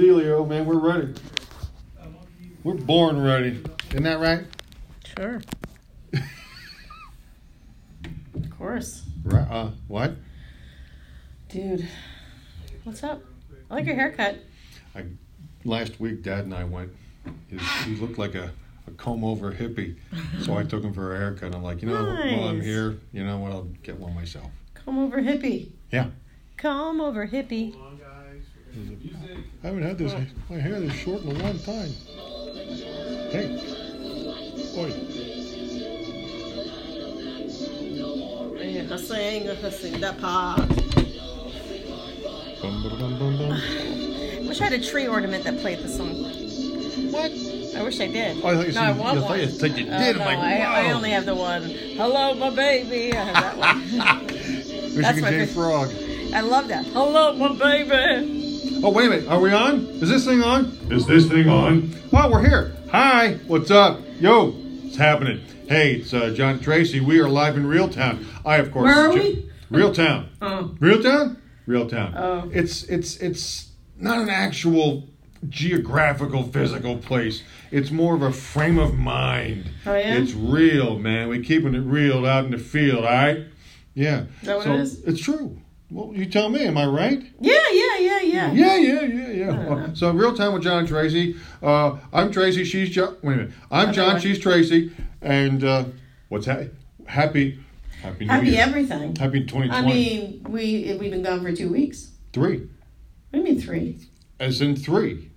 Dealio, man, we're ready. We're born ready. Isn't that right? Sure. of course. Right. Uh, what? Dude, what's up? I like your haircut. I, last week, Dad and I went. His, he looked like a, a comb over hippie, so I took him for a haircut. I'm like, you know, while I'm Nice. here, you know what? I'll get one myself. Come over hippie. Yeah. Come over hippie. I haven't had this. My hair this short in a long time. Hey. Oi. Yeah, I sing, I sing that part. Bum, bum, bum, bum, bum. Wish I had a tree ornament that played this song. What? I wish I did. Oh, I thought you no, I said- want I thought one. you said you Oh, did. I'm no, like, I, I whoa. only have the one. Hello, my baby. I have that one. Michigan That's my J. favorite. Frog. I love that. Hello, my baby. Oh, wait a minute. Are we on? Is this thing on? Is this thing on? Oh, we're here. Hi, what's up? Yo, it's happening. Hey, it's uh, John Tracy. We are live in Real Town. I, of course. Where are Jo- we? Real Town. Oh. Real Town. Real Town. Oh. It's it's it's not an actual geographical physical place. It's more of a frame of mind. Oh, yeah? It's real, man. We're keeping it real out in the field. All right. Yeah. Is that what so it is? It's true. Well, you tell me. Am I right? Yeah, yeah, yeah, yeah. Yeah, yeah, yeah, yeah. Uh-huh. Well, so real time with John and Tracy. Uh, I'm Tracy. She's John. Wait a minute. I'm John. one. She's Tracy. And uh, what's ha- happy? Happy New Happy Year. everything. happy 2023. I mean, we we've been gone for two weeks. three, What do you mean three? as in three.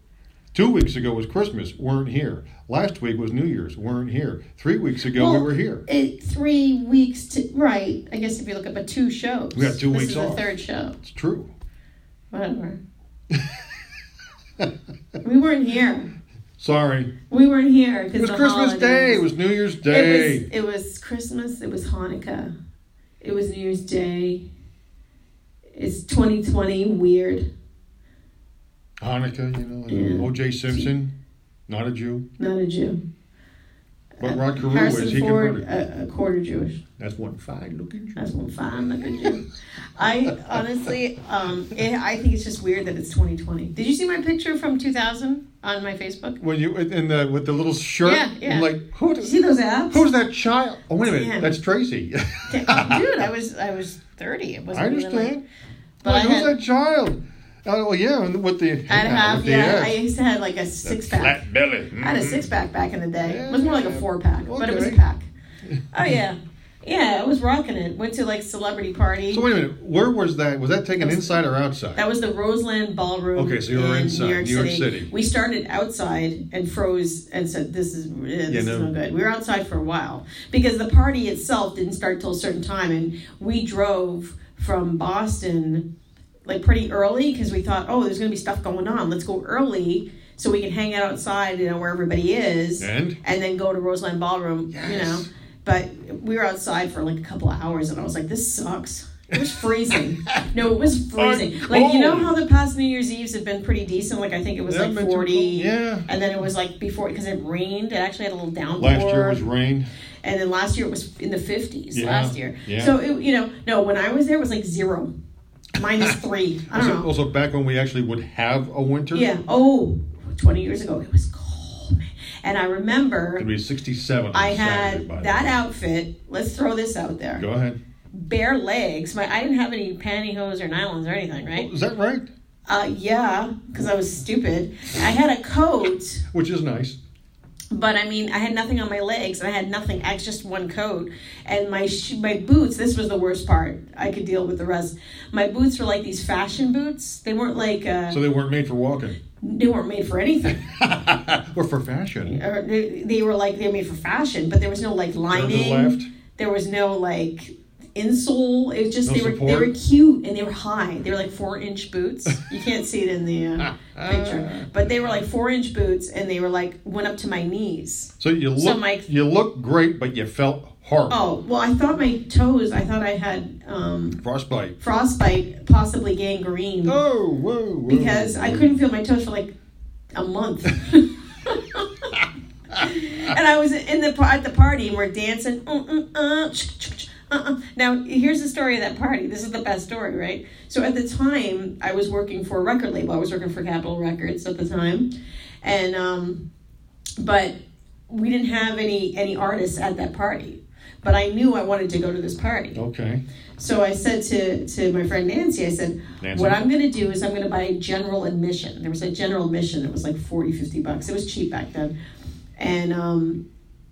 Two weeks ago was Christmas. Weren't here. Last week was New Year's. Weren't here. Three weeks ago we Well, were here. It, three weeks to right. I guess if you look up, but two shows. We had two this weeks is off. The third show. It's true. Whatever. we weren't here. Sorry. We weren't here because It was Christmas Day. It was New Year's Day. It was. It was Christmas. It was Hanukkah. It was New Year's Day. It's 2020. Weird. Hanukkah, you know. Yeah. O.J. Simpson, not a Jew, Not a Jew. but Rod Carew is. Uh, Harrison He Ford, uh, converted. a, a quarter Jewish. That's one fine looking Jew. That's one fine looking Jew. I honestly, um, it, I think it's just weird that it's 2020. Did you see my picture from 2000 on my Facebook? When you in the with the little shirt, Yeah, yeah. I'm like who? Did you see those abs? Who's that child? Oh wait a minute, Damn. that's Tracy. Dude, I was I was 30. It I wasn't even like, understand. but like, I who's had, that child? Oh well, yeah, and with the I'd have with the yeah. I ass. used to have like a six pack. flat belly. mm-hmm. I had a six pack back in the day. Yeah, It was more like a yeah. four pack, but it was a Okay. pack. Oh yeah, yeah. I was rocking it. Went to like celebrity party. So wait a minute, where was that? Was that taken inside or outside? That was the Roseland Ballroom. Okay, so you were in inside, New York, New York City. City. We started outside and froze and said, "This is eh, this Yeah, is no. no good." We were outside for a while because the party itself didn't start till a certain time, and we drove from Boston like pretty early because we thought, "Oh, there's going to be stuff going on. Let's go early." So we can hang out outside, you know, where everybody is, And? then go to Roseland Ballroom, you Yes. know. But we were outside for like a couple of hours, and I was like, "This sucks." It was freezing. no, it was freezing. I'm Like you know cold. how the past New Year's Eves have been pretty decent. Like I think it was Oh. Yeah, I've like been to- forty. yeah. And then it was like before because it rained. It actually had a little downpour. Last year was rain. and then last year it was in the fifties. Yeah, Last year. yeah. So it, you know, no, when I was there it was like zero, minus three. I don't Also, know. also back when we actually would have a winter. Yeah. Oh, 20 years ago it was cold, man. And I remember It'd be 67. on I Saturday, had by the that way. outfit. Let's throw this out there. Go ahead. Bare legs. My I didn't have any pantyhose or nylons or anything, right? Is that right? Uh, yeah, because I was stupid. I had a coat, Which is nice. but I mean, I had nothing on my legs, and I had nothing. I just one coat, and my sh- my boots. This was the worst part. I could deal with the rest. My boots were like these fashion boots. They weren't like uh, So they weren't made for walking they weren't made for anything. or for fashion. or they, they were like they were made for fashion, but there was no like Turn to the lining. left. There was no like insole. It was just No they were they support? were cute and they were high. They were like four inch boots. You can't see it in the uh, Ah. picture, but they were like four inch boots and they were like went up to my knees. So you look, So my- you look great, but you felt horrible. Oh well, I thought my toes. I thought I had um, Frostbite. frostbite, possibly gangrene, Oh, whoa, whoa. because I couldn't feel my toes for like a month. and I was in the par- at the party and we're dancing. mm, mm, uh, ch- ch- ch- uh-uh. Now, here's the story of that party. This is the best story, right? So, at the time, I was working for a record label. I was working for Capitol Records at the time. And, um, but we didn't have any, any artists at that party. But I knew I wanted to go to this party. Okay. So I said to, to my friend Nancy, I said, Nancy. what I'm going to do is I'm going to buy general admission. There was a general admission. It was like 40, 50 bucks. It was cheap back then. And, um,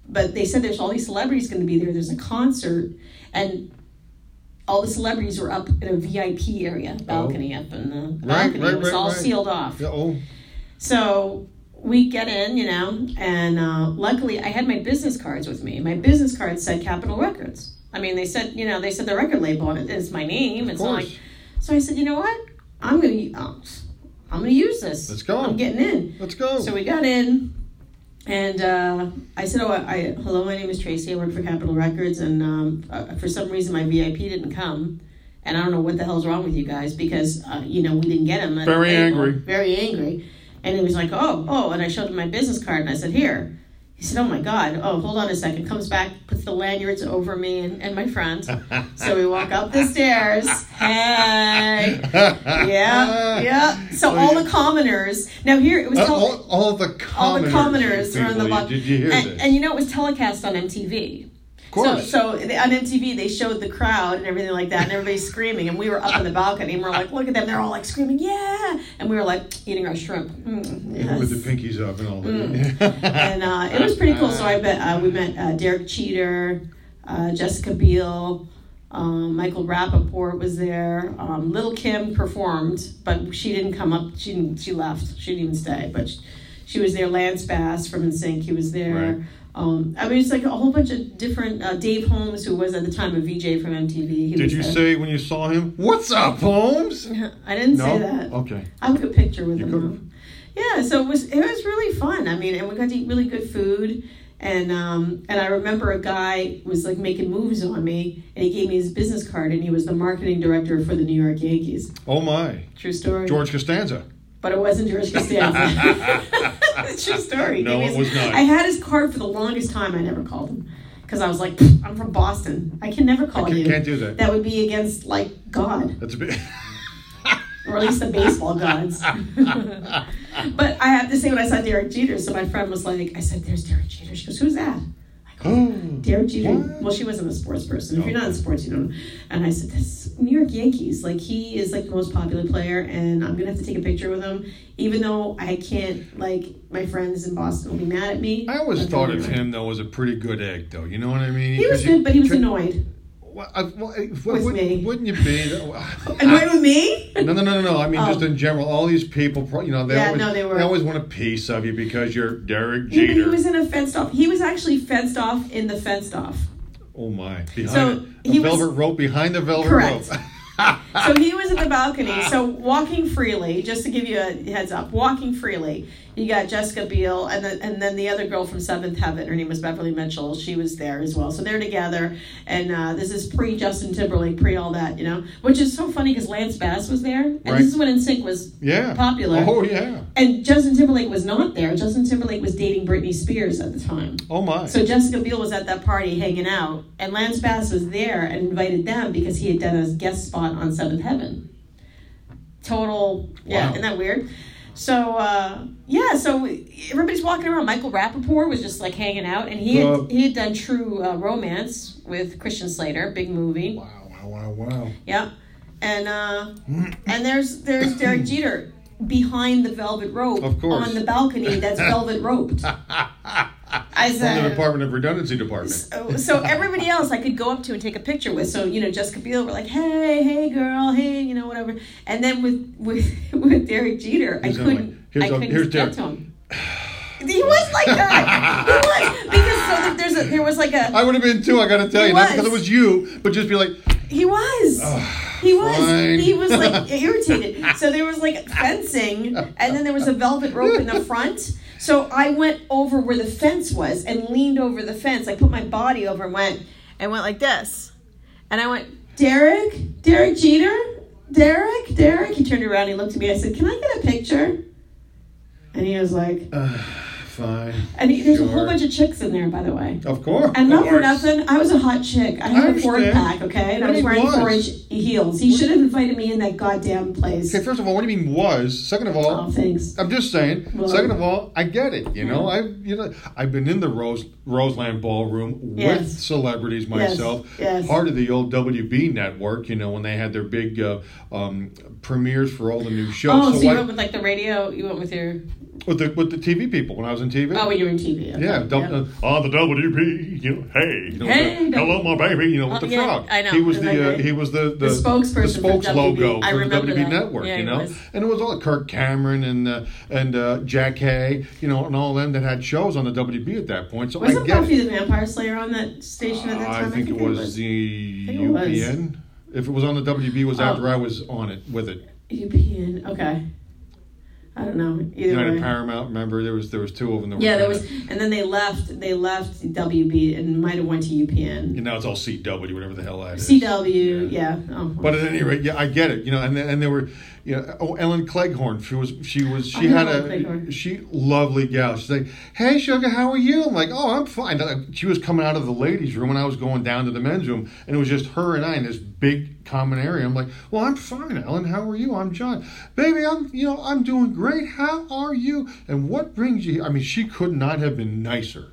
but they said there's all these celebrities going to be there. There's a concert. And all the celebrities were up in a VIP area, balcony up in the Oh. Right, balcony. right, it was right, all right. sealed off. Yeah, oh, So we get in, you know, and uh, luckily I had my business cards with me. My business cards said Capitol Records. I mean, they said, you know, they said the record label on it. It's my name. of It's not course. like. So I said, you know what? I'm gonna, uh, I'm gonna use this. Let's go. I'm getting in. Let's go. So we got in, and uh, I said, "Oh, I, I- hello. My name is Tracy. I work for Capitol Records, and um, uh, for some reason my VIP didn't come, and I don't know what the hell's wrong with you guys because uh, you know we didn't get him. Very angry. Very angry. And he was like, "Oh, oh," and I showed him my business card, and I said, "Here." He said, "Oh my God! Oh, hold on a second. Comes back, puts the lanyards over me and, and my friend. so we walk up the stairs. Hey, yeah, yeah. So all the commoners. Now here it was. Uh, tele- all, all the all commoners. the commoners were in the People, box. Did you hear and, this? and you know, it was telecast on MTV. of course. So, so they- on MTV, they showed the crowd and everything like that, and everybody's screaming. And we were up on the balcony, and we're like, look at them. They're all like screaming, yeah. And we were like eating our shrimp. Mm, yes. With the pinkies up and all that. and uh, it was pretty cool. So I bet uh, we met uh, Derek Cheater, uh, Jessica Biel, um, Michael Rappaport was there. Um, Little Kim performed, but she didn't come up. She didn't, she left. She didn't even stay. But she, she was there. Lance Bass from NSYNC, he was there. Right. Um, I mean, it's like a whole bunch of different. Uh, Dave Holmes, who was at the time a VJ from MTV, he Did was you there. say when you saw him, "What's up, Holmes"? I didn't no. say that. Okay. I took a picture with You them. could've. Yeah, so it was it was really fun. I mean, and we got to eat really good food. And um, and I remember a guy was like making moves on me, and he gave me his business card, and he was the marketing director for the New York Yankees. Oh my, True story. George Costanza. But it wasn't George Costanza. It's True story. He No, gave me it his- was not. I had his card for the longest time. I never called him because I was like, "Pfft, I'm from Boston. I can never call I you. can't do that. That would be against like God. That's a bit. or at least the baseball gods. but I have to say, when I saw Derek Jeter, so my friend was like, I said, there's Derek Jeter. She goes, who's that? I go, Derek Jeter. What? Well, she wasn't a sports person. If you're not in sports, you don't know. And I said, this New York Yankees. Like, he is like the most popular player, and I'm going to have to take a picture with him, even though I can't, like, my friends in Boston will be mad at me. I always But- thought of him though as a pretty good egg, though. You know what I mean? He was 'Cause you- good, but he was could- annoyed. Well, I- well, I- well, With wouldn't, me. wouldn't you be? Annoyed with me? No, no, no, no, no. I mean, Oh. just in general, all these people, pro- you know, they, Yeah, always, no, they were. always want a piece of you because you're Derek Yeah, but Jeter. he was in a fenced off. He was actually fenced off in the fenced off. oh my! Behind So, the he was- velvet rope, behind the velvet Correct. rope. so he was at the balcony. So walking freely, just to give you a heads up, walking freely. You got Jessica Biel and then and then the other girl from Seventh Heaven. Her name was Beverly Mitchell. She was there as well. So they're together, and uh, this is pre Justin Timberlake, pre all that, you know. Which is so funny because Lance Bass was there, and Right. this is when NSYNC was yeah. Popular. Oh yeah. and Justin Timberlake was not there. Justin Timberlake was dating Britney Spears at the time. Oh my. So Jessica Biel was at that party hanging out, and Lance Bass was there and invited them because he had done a guest spot on Seventh Heaven. Total, yeah, Wow. isn't that weird? So uh, yeah, so everybody's walking around. Michael Rappaport was just like hanging out, and he Uh, had, he had done True uh, Romance with Christian Slater, big movie. wow! Wow! Wow! Wow! Yeah, and uh, and there's there's Derek Jeter behind the velvet rope Of course. on the balcony that's velvet roped. I said, From the Department of Redundancy Department. so, so everybody else I could go up to and take a picture with. So you know, Jessica Biel, we're like, hey, hey, girl, hey, you know, whatever. And then with with with Derek Jeter, I He's not like, couldn't, "Here's I a- couldn't here's get Derek." to him. He was like that. he was because so there- there's a there was like a I would have been too. I got to tell He you, not was. because it was you, but just be like, he was. he was. fine. He was like irritated. So there was like fencing, and then there was a velvet rope in the front. So I went over where the fence was and leaned over the fence. I put my body over and went and went like this. And I went, Derek, Derek Jeter, Derek, Derek. He turned around, he looked at me. I said, Can I get a picture? And he was like, "Ah, fine. And there's a whole Uh, Sure. bunch of chicks in there, by the way. Of course. And not for course. nothing, I was a hot chick. I I had a four understand. pack, okay, and I But was he wearing was. four inch heels. He should have invited me in that goddamn place. Okay, first of all, what do you mean was? Second of all, Oh, thanks. I'm just saying. Well- Mm-hmm. second of all, I get it. You know, I've you know I've been in the Rose Roseland Ballroom with Yes. celebrities myself. yes. Part of the old WB network. You know, when they had their big uh, um, premieres for all the new shows. Oh, so, you I- went with like the radio? You went with your? with the with the TV people when I was in TV. Oh, when you were in TV. Okay. yeah, dub- yeah. uh, on the WB, you know, hey, you know, Hey, the, hello, my baby, you know, with Oh, the yeah, frog. I know. He was Is that the uh, right? he was the the, spokesperson the for spokes WB. logo I for the remember WB that. network, Yeah, you he know, was. and it was all Kirk Cameron and uh, and uh, Jack Hay, you know, and all them that had shows on the WB at that point. So I Wasn't get Buffy it. Uh, the Vampire Slayer on that station at that I time? think it was the think it was. UPN. If it was on the WB, it was Oh. after I was on it with it. UPN. E Okay. I don't know. Either United way. Paramount. Remember, there was there was two of them. That were Yeah, there kinda- was, and then they left. They left WB and might have went to UPN, You know, it's all CW, whatever the hell that is. CW. Yeah. Oh, But at any rate, yeah, I get it. You know, and and there were, you know, oh, Ellen Cleghorn. She was she was she I know had Ellen a Cleghorn. she lovely gal. She's like, hey sugar, how are you? I'm like, oh, I'm fine. Uh, She was coming out of the ladies' room, and I was going down to the men's room, and it was just her and I in this big common area. I'm like, well, I'm fine, Ellen. How are you? I'm John, baby. I'm you know I'm doing great. How are you? And what brings you? I mean, she could not have been nicer.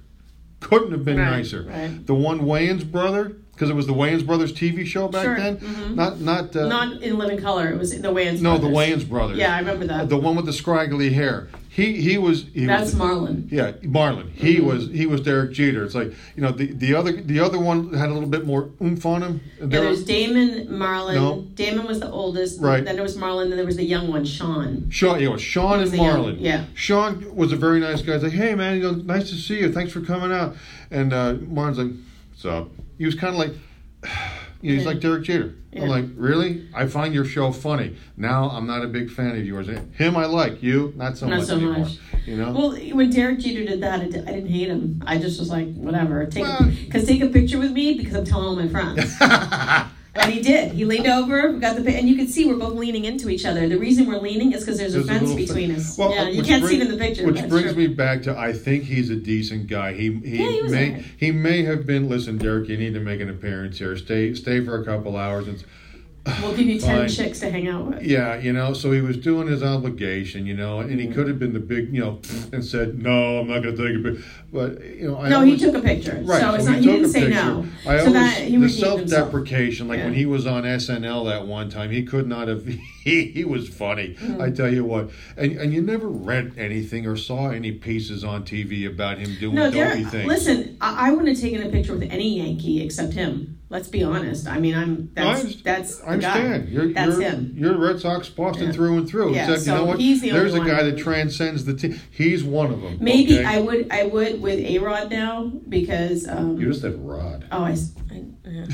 Couldn't have been Right, nicer. right. The one Wayans brother, because it was the Wayans brothers TV show back Sure, then. mhm. Not not uh, not in Living Color. It was the Wayans. no, the Brothers. Wayans brothers. Yeah, I remember that. the one with the scraggly hair. He he was he That's Mm-hmm. was, Marlon. yeah Marlon. He was he was Derek Jeter. It's like you know the, the other the other one had a little bit more oomph on him. Yeah, There- there's Damon, Marlon. No. Damon was the oldest. Right. Then there was Marlon. Then there was the young one, Sean. Sean, you know, Sean and was a young- Marlon. yeah. Sean was a very nice guy. He's like, hey man, you know, nice to see you. Thanks for coming out. And uh, Marlon's like, what's up? He was kind of like, you know, he's Yeah. like Derek Jeter. Yeah. I'm like, really? I find your show funny. Now I'm not a big fan of yours. Him I like. You not so Not much so anymore. much. You know. Well, when Derek Jeter did that, I, di- I didn't hate him. I just was like, whatever. Take Well- because take a picture with me because I'm telling all my friends. and he did. He leaned over, we got the pi- and you could see we're both leaning into each other. The reason we're leaning is because there's, a There's fence little between thing. us. Well, uh, yeah, you which can't see bring- it in the picture. Which but brings sure. me back to I think he's a decent guy. He he, Yeah, he was may alright. he may have been. Listen, Derek, you need to make an appearance here. Stay stay for a couple hours. And, We'll give you ten Fine. chicks to hang out with. yeah, you know. So he was doing his obligation, you know, and he could have been the big, you know, and said, "No, I'm not going to take a bit." But you know, I no, always, he took a picture. Right, So, it's he not. He took didn't a say picture. no. I so always, that he the redeemed himself. self-deprecation, like when Yeah. he was on SNL that one time, he could not have. He, he was funny, Mm-hmm. I tell you what. And and you never read anything or saw any pieces on TV about him doing No, dopey Derek. things. Listen, I, I wouldn't have taken a picture with any Yankee except him. Let's be honest. I mean, I'm No, I that's underst- that's the I understand. guy. You're, that's you're, him. You're Red Sox Boston Yeah. through and through. Yeah, Except so you know what? he's the only There's a one. guy that transcends the team. He's one of them. Maybe okay? I would I would with A Rod now because um, You just said Rod. oh I, s- I- yeah.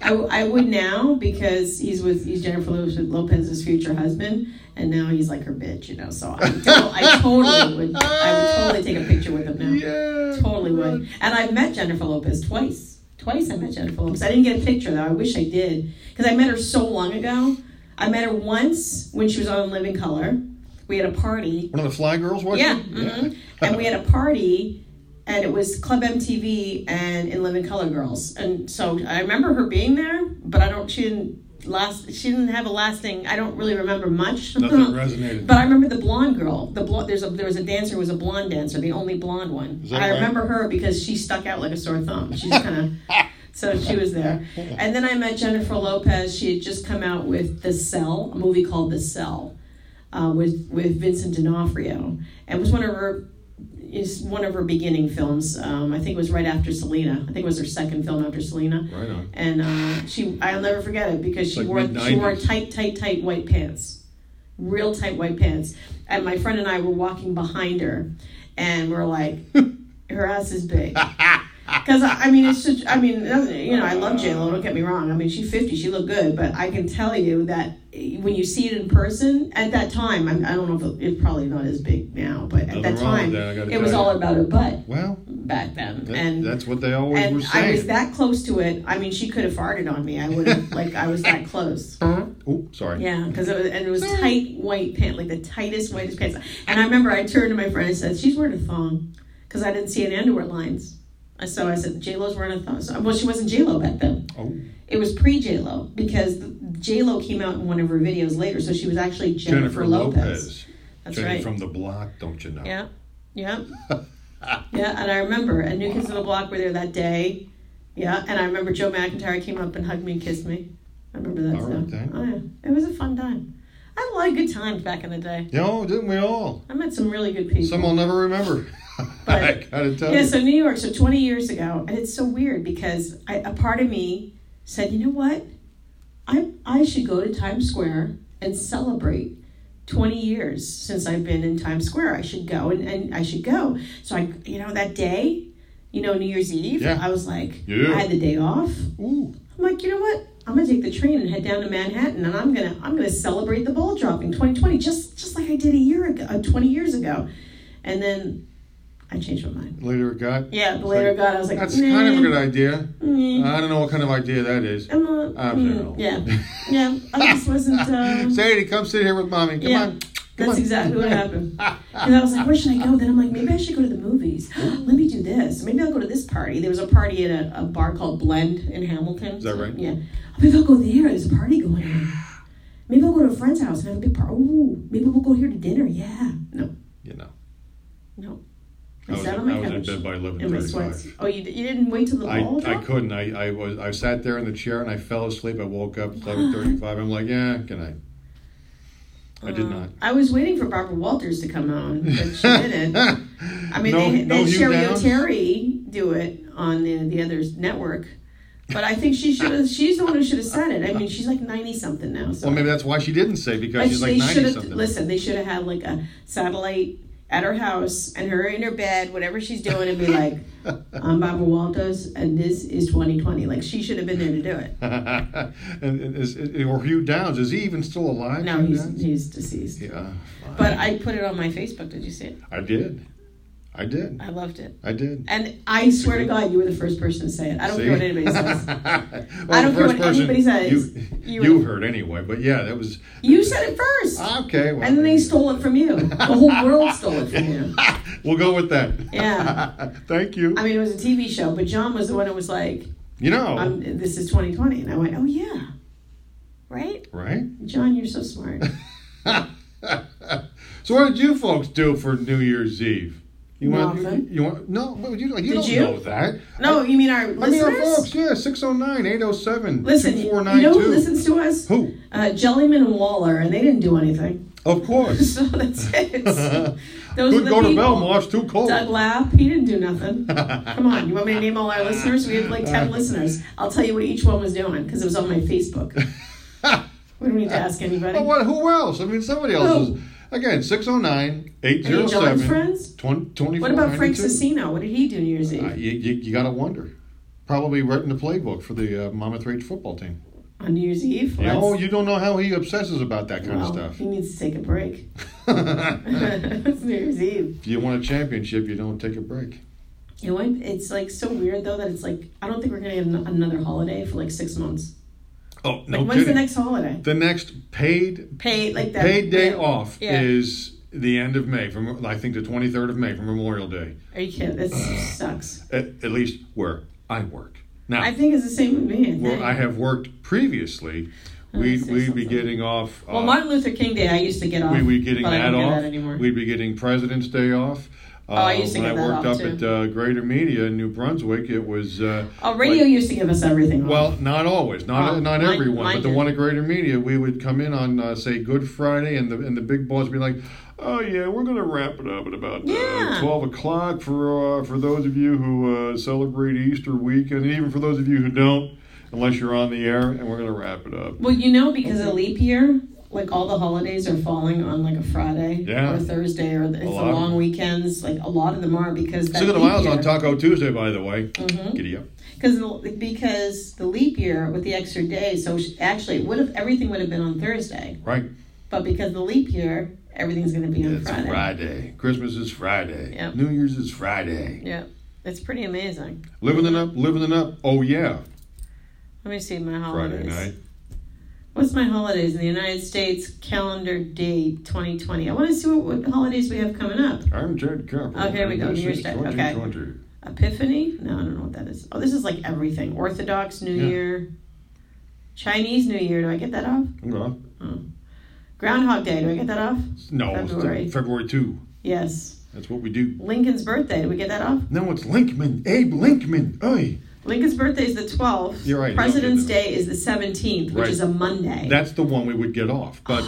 I w- I would now because he's with he's Jennifer Lo- Lopez's future husband and now he's like her bitch you know so I, to- I totally would I would totally take a picture with him now Yeah, totally Rod. would and I've met Jennifer Lopez twice twice I met Jennifer Lopez I didn't get a picture though I wish I did because I met her so long ago I met her once when she was on Living Color we had a party One of the Fly Girls, was yeah. she? mhm. and we had a party, and it was Club MTV and In Living Color Girls. And so I remember her being there, but I don't. She didn't last. She didn't have a lasting. I don't really remember much. Nothing resonated. But I remember the blonde girl. The blo- there's a there was a dancer who was a blonde dancer, the only blonde one. that I right? remember her because she stuck out like a sore thumb. She's kind of so she was there. And then I met Jennifer Lopez. She had just come out with The Cell, a movie called The Cell, uh, with with Vincent D'Onofrio, and it was one of her is one of her beginning films. Um, I think it was right after Selena. I think it was her second film after Selena. Right on. And uh, she, I'll never forget it because she Like wore she wore mid-nineties. tight, tight, tight white pants, real tight white pants. And my friend and I were walking behind her, and we're like, her ass is big. Because I I mean, it's just I mean, you know, I love J Lo. Don't get me wrong. I mean, she's fifty. She looked good, but I can tell you that when you see it in person at that time, I'm, I don't know if it, it's probably not as big now, but at Nothing that wrong with time, that, I gotta it was tell you. all about her butt Well, back then, that- and that's what they always were and saying. I was that close to it. I mean, she could have farted on me. I would have like I was that close. Ooh. Oops, sorry. Yeah, because it was and it was tight white pant, like the tightest whitest pants. And I remember I turned to my friend and said, "She's wearing a thong," because I didn't see any underwear lines. I- So I said, "J Lo's wearing a thong." So, well, she wasn't J Lo back then. Oh, It was pre J Lo because J Lo came out in one of her videos later, so she was actually Jennifer, Jennifer Lopez. Lopez. That's Jenny right. from the block, don't you know? Yeah, yeah, yeah. And I remember, and New Kids on the Block were there that day. Yeah, and I remember Joe McIntyre came up and hugged me and kissed me. I remember that All stuff. right, then. Oh yeah, it was a fun time. I had a lot of good times back in the day. Yo, oh, didn't we all? I met some really good people. Some I'll never remember. I But- gotta tell yeah, you. so New York, so 20 years ago, and it's so weird because I, a part of me said, you know what? I, I should go to Times Square and celebrate 20 years since I've been in Times Square. I should go and, and I should go. So I, you know, that day, you know, New Year's Eve, Yeah. I was like, Yeah. I had the day off. Ooh, I'm like, you know what? I'm gonna take the train and head down to Manhattan, and I'm gonna I'm gonna celebrate the ball drop in 2020, just just like I did a year ago, uh, 20 years ago, and then I changed my mind. later it got. Yeah, the later God, I was like, That's nah, kind of a good idea. Ah, mm, I don't know what kind of idea that is. I'm not- I'm mm, general. yeah, yeah. I just wasn't. Uh, Sadie, come sit here with mommy. Come Yeah. on. that's exactly what happened. And I was like, where should I go? Then I'm like, maybe I should go to the movies. Let me do this. Maybe I'll go to this party. There was a party at a, a bar called Blend in Hamilton. Is that right? Yeah. Oh, Maybe I'll go there. There's a party going on. Maybe I'll go to a friend's house and have a big party. Ooh, maybe we'll go here to dinner. Yeah. No, You know, no. I was, sat I on my was in couch bed by in my sweats. 11:35. Oh, you, d- you didn't wait till the I, ball I dropped? couldn't. I, I was I sat there in the chair and I fell asleep. I woke up 11:35. I'm like, yeah, good night. I did not. I was waiting for Barbara Walters to come on, but she didn't. I mean, No- they, no they had Hugh Sherry Downs? O'Terry do it on the, the other network, but I think she should. have She's the one who should have said it. I mean, she's like ninety something now. So Well, maybe that's why she didn't say because But she's like they 90 should have something. listen. They should have had like a satellite at her house and her in her bed, whatever she's doing, and be like, "I'm Barbara Walters, and this is 2020." Like she should have been there to do it. and, and is, or Hugh Downs is he even still alive? No, Hugh he's Downs? he's deceased. yeah. But I put it on my Facebook. Did you see it? I did, I did, I loved it. I did. And I swear to God, you were the first person to say it. I don't care what anybody says. I don't care what anybody says. You, You- you, heard anyway, but yeah, that was You said it first. okay. Well, and then they stole it from you. The whole world stole it from you. we'll go with that. Yeah. Thank you. I mean, it was a TV show, but John was the one who was like, you know, um, this is 2020. And I went, oh, yeah. Right? right? John, you're so smart. so what did you folks do for New Year's Eve? You Nothing. want you want no? But you, you don't you? know that. No, you mean our I mean, our folks, listeners? yeah, 609 807 Listen, you know who listens to us? Who? Uh, Jellyman and Waller, and they didn't do anything. Of course. So that's it. Those are Couldn't the go to people. Belmarsh, too cold. Doug Lapp, he didn't do nothing. Come on, you want me to name all our listeners? We have like Uh, 10 listeners. I'll tell you what each one was doing because it was on my Facebook. We don't need to ask anybody. But what, who else? I mean, somebody else Who? is. Again, 609 Any of John's 807 friends? 2492. What about Frank Cicino? What did he do New Year's Eve? Uh, you, you, you gotta wonder. Probably writing the playbook for the uh, Monmouth Rage football team. on New Year's Eve? Well, Oh, that's- Uh, you don't know how he obsesses about that kind well, of He needs to take a break. stuff. it's New Year's Eve. if you want a championship, you don't take a break. You know, what? it's like so weird though that it's like I don't think we're gonna get an- another holiday for like six months. Oh, no Like when's the kidding. next holiday? the next paid Pay like that. paid day yeah. off Yeah. is the end of May, from I think the 23rd of May, from Memorial Day, Are you kidding? That sucks. at, at least where I work. Now, I think it's the same with me. I where think. I have worked previously, we'd, say we'd be Oh, something. getting off. Uh, Well, Martin Luther King Day, I used to get off. we'd be getting but I that don't get off. that anymore. Oh, we'd be getting President's Day off. Uh, I used to when get I that worked off, up at too. uh, Greater Media in New Brunswick, it was uh, oh, radio like- used to give us everything. off. Well, not always, not Oh, not mine- everyone, mine but the did. one at Greater Media, we would come in on uh, say Good Friday, and the and the big boss would be like, "Oh yeah, we're gonna wrap it up at about Yeah. uh, twelve o'clock for uh, for those of you who uh, celebrate Easter weekend, and even for those of you who don't, unless you're on the air, and we're gonna wrap it up." well, you know, because of leap year, like all the holidays are falling on like a Friday Yeah. or Thursday, or the, it's the lot of long them. weekends. Like a lot of them are because that Cinco de leap Miles year, on Taco Tuesday, by the way. Mm-hmm. Giddy up. Because the, because the leap year with the extra day, so sh- actually it would have everything would have been on Thursday, Right. but because the leap year, everything's going to be on It's Friday. Christmas is Friday. Yep. New Year's is Friday. Yeah, it's pretty amazing. Living it up, living it up. Oh, yeah. Let me see my Friday holidays. night. What's my holidays in the United States calendar date 2020? I want to see what, what holidays we have coming up. I'm Jared Carpenter. Okay, Oh, we go. This Here's is that. Okay. 2020. Epiphany? No, I don't know what that is. Oh, this is like everything. Orthodox New Yeah. Year. Chinese New Year. Do I get that off? No, Groundhog Day. Do I get that off? no it's the- February. February 2. Yes. That's what we do. Lincoln's birthday. Do we get that off? No, it's Linkman. Abe Linkman. Oi. Lincoln's birthday is the 12th. You're right, you don't get President's that. Day is the 17th, which Right. is a Monday. That's the one we would get off, but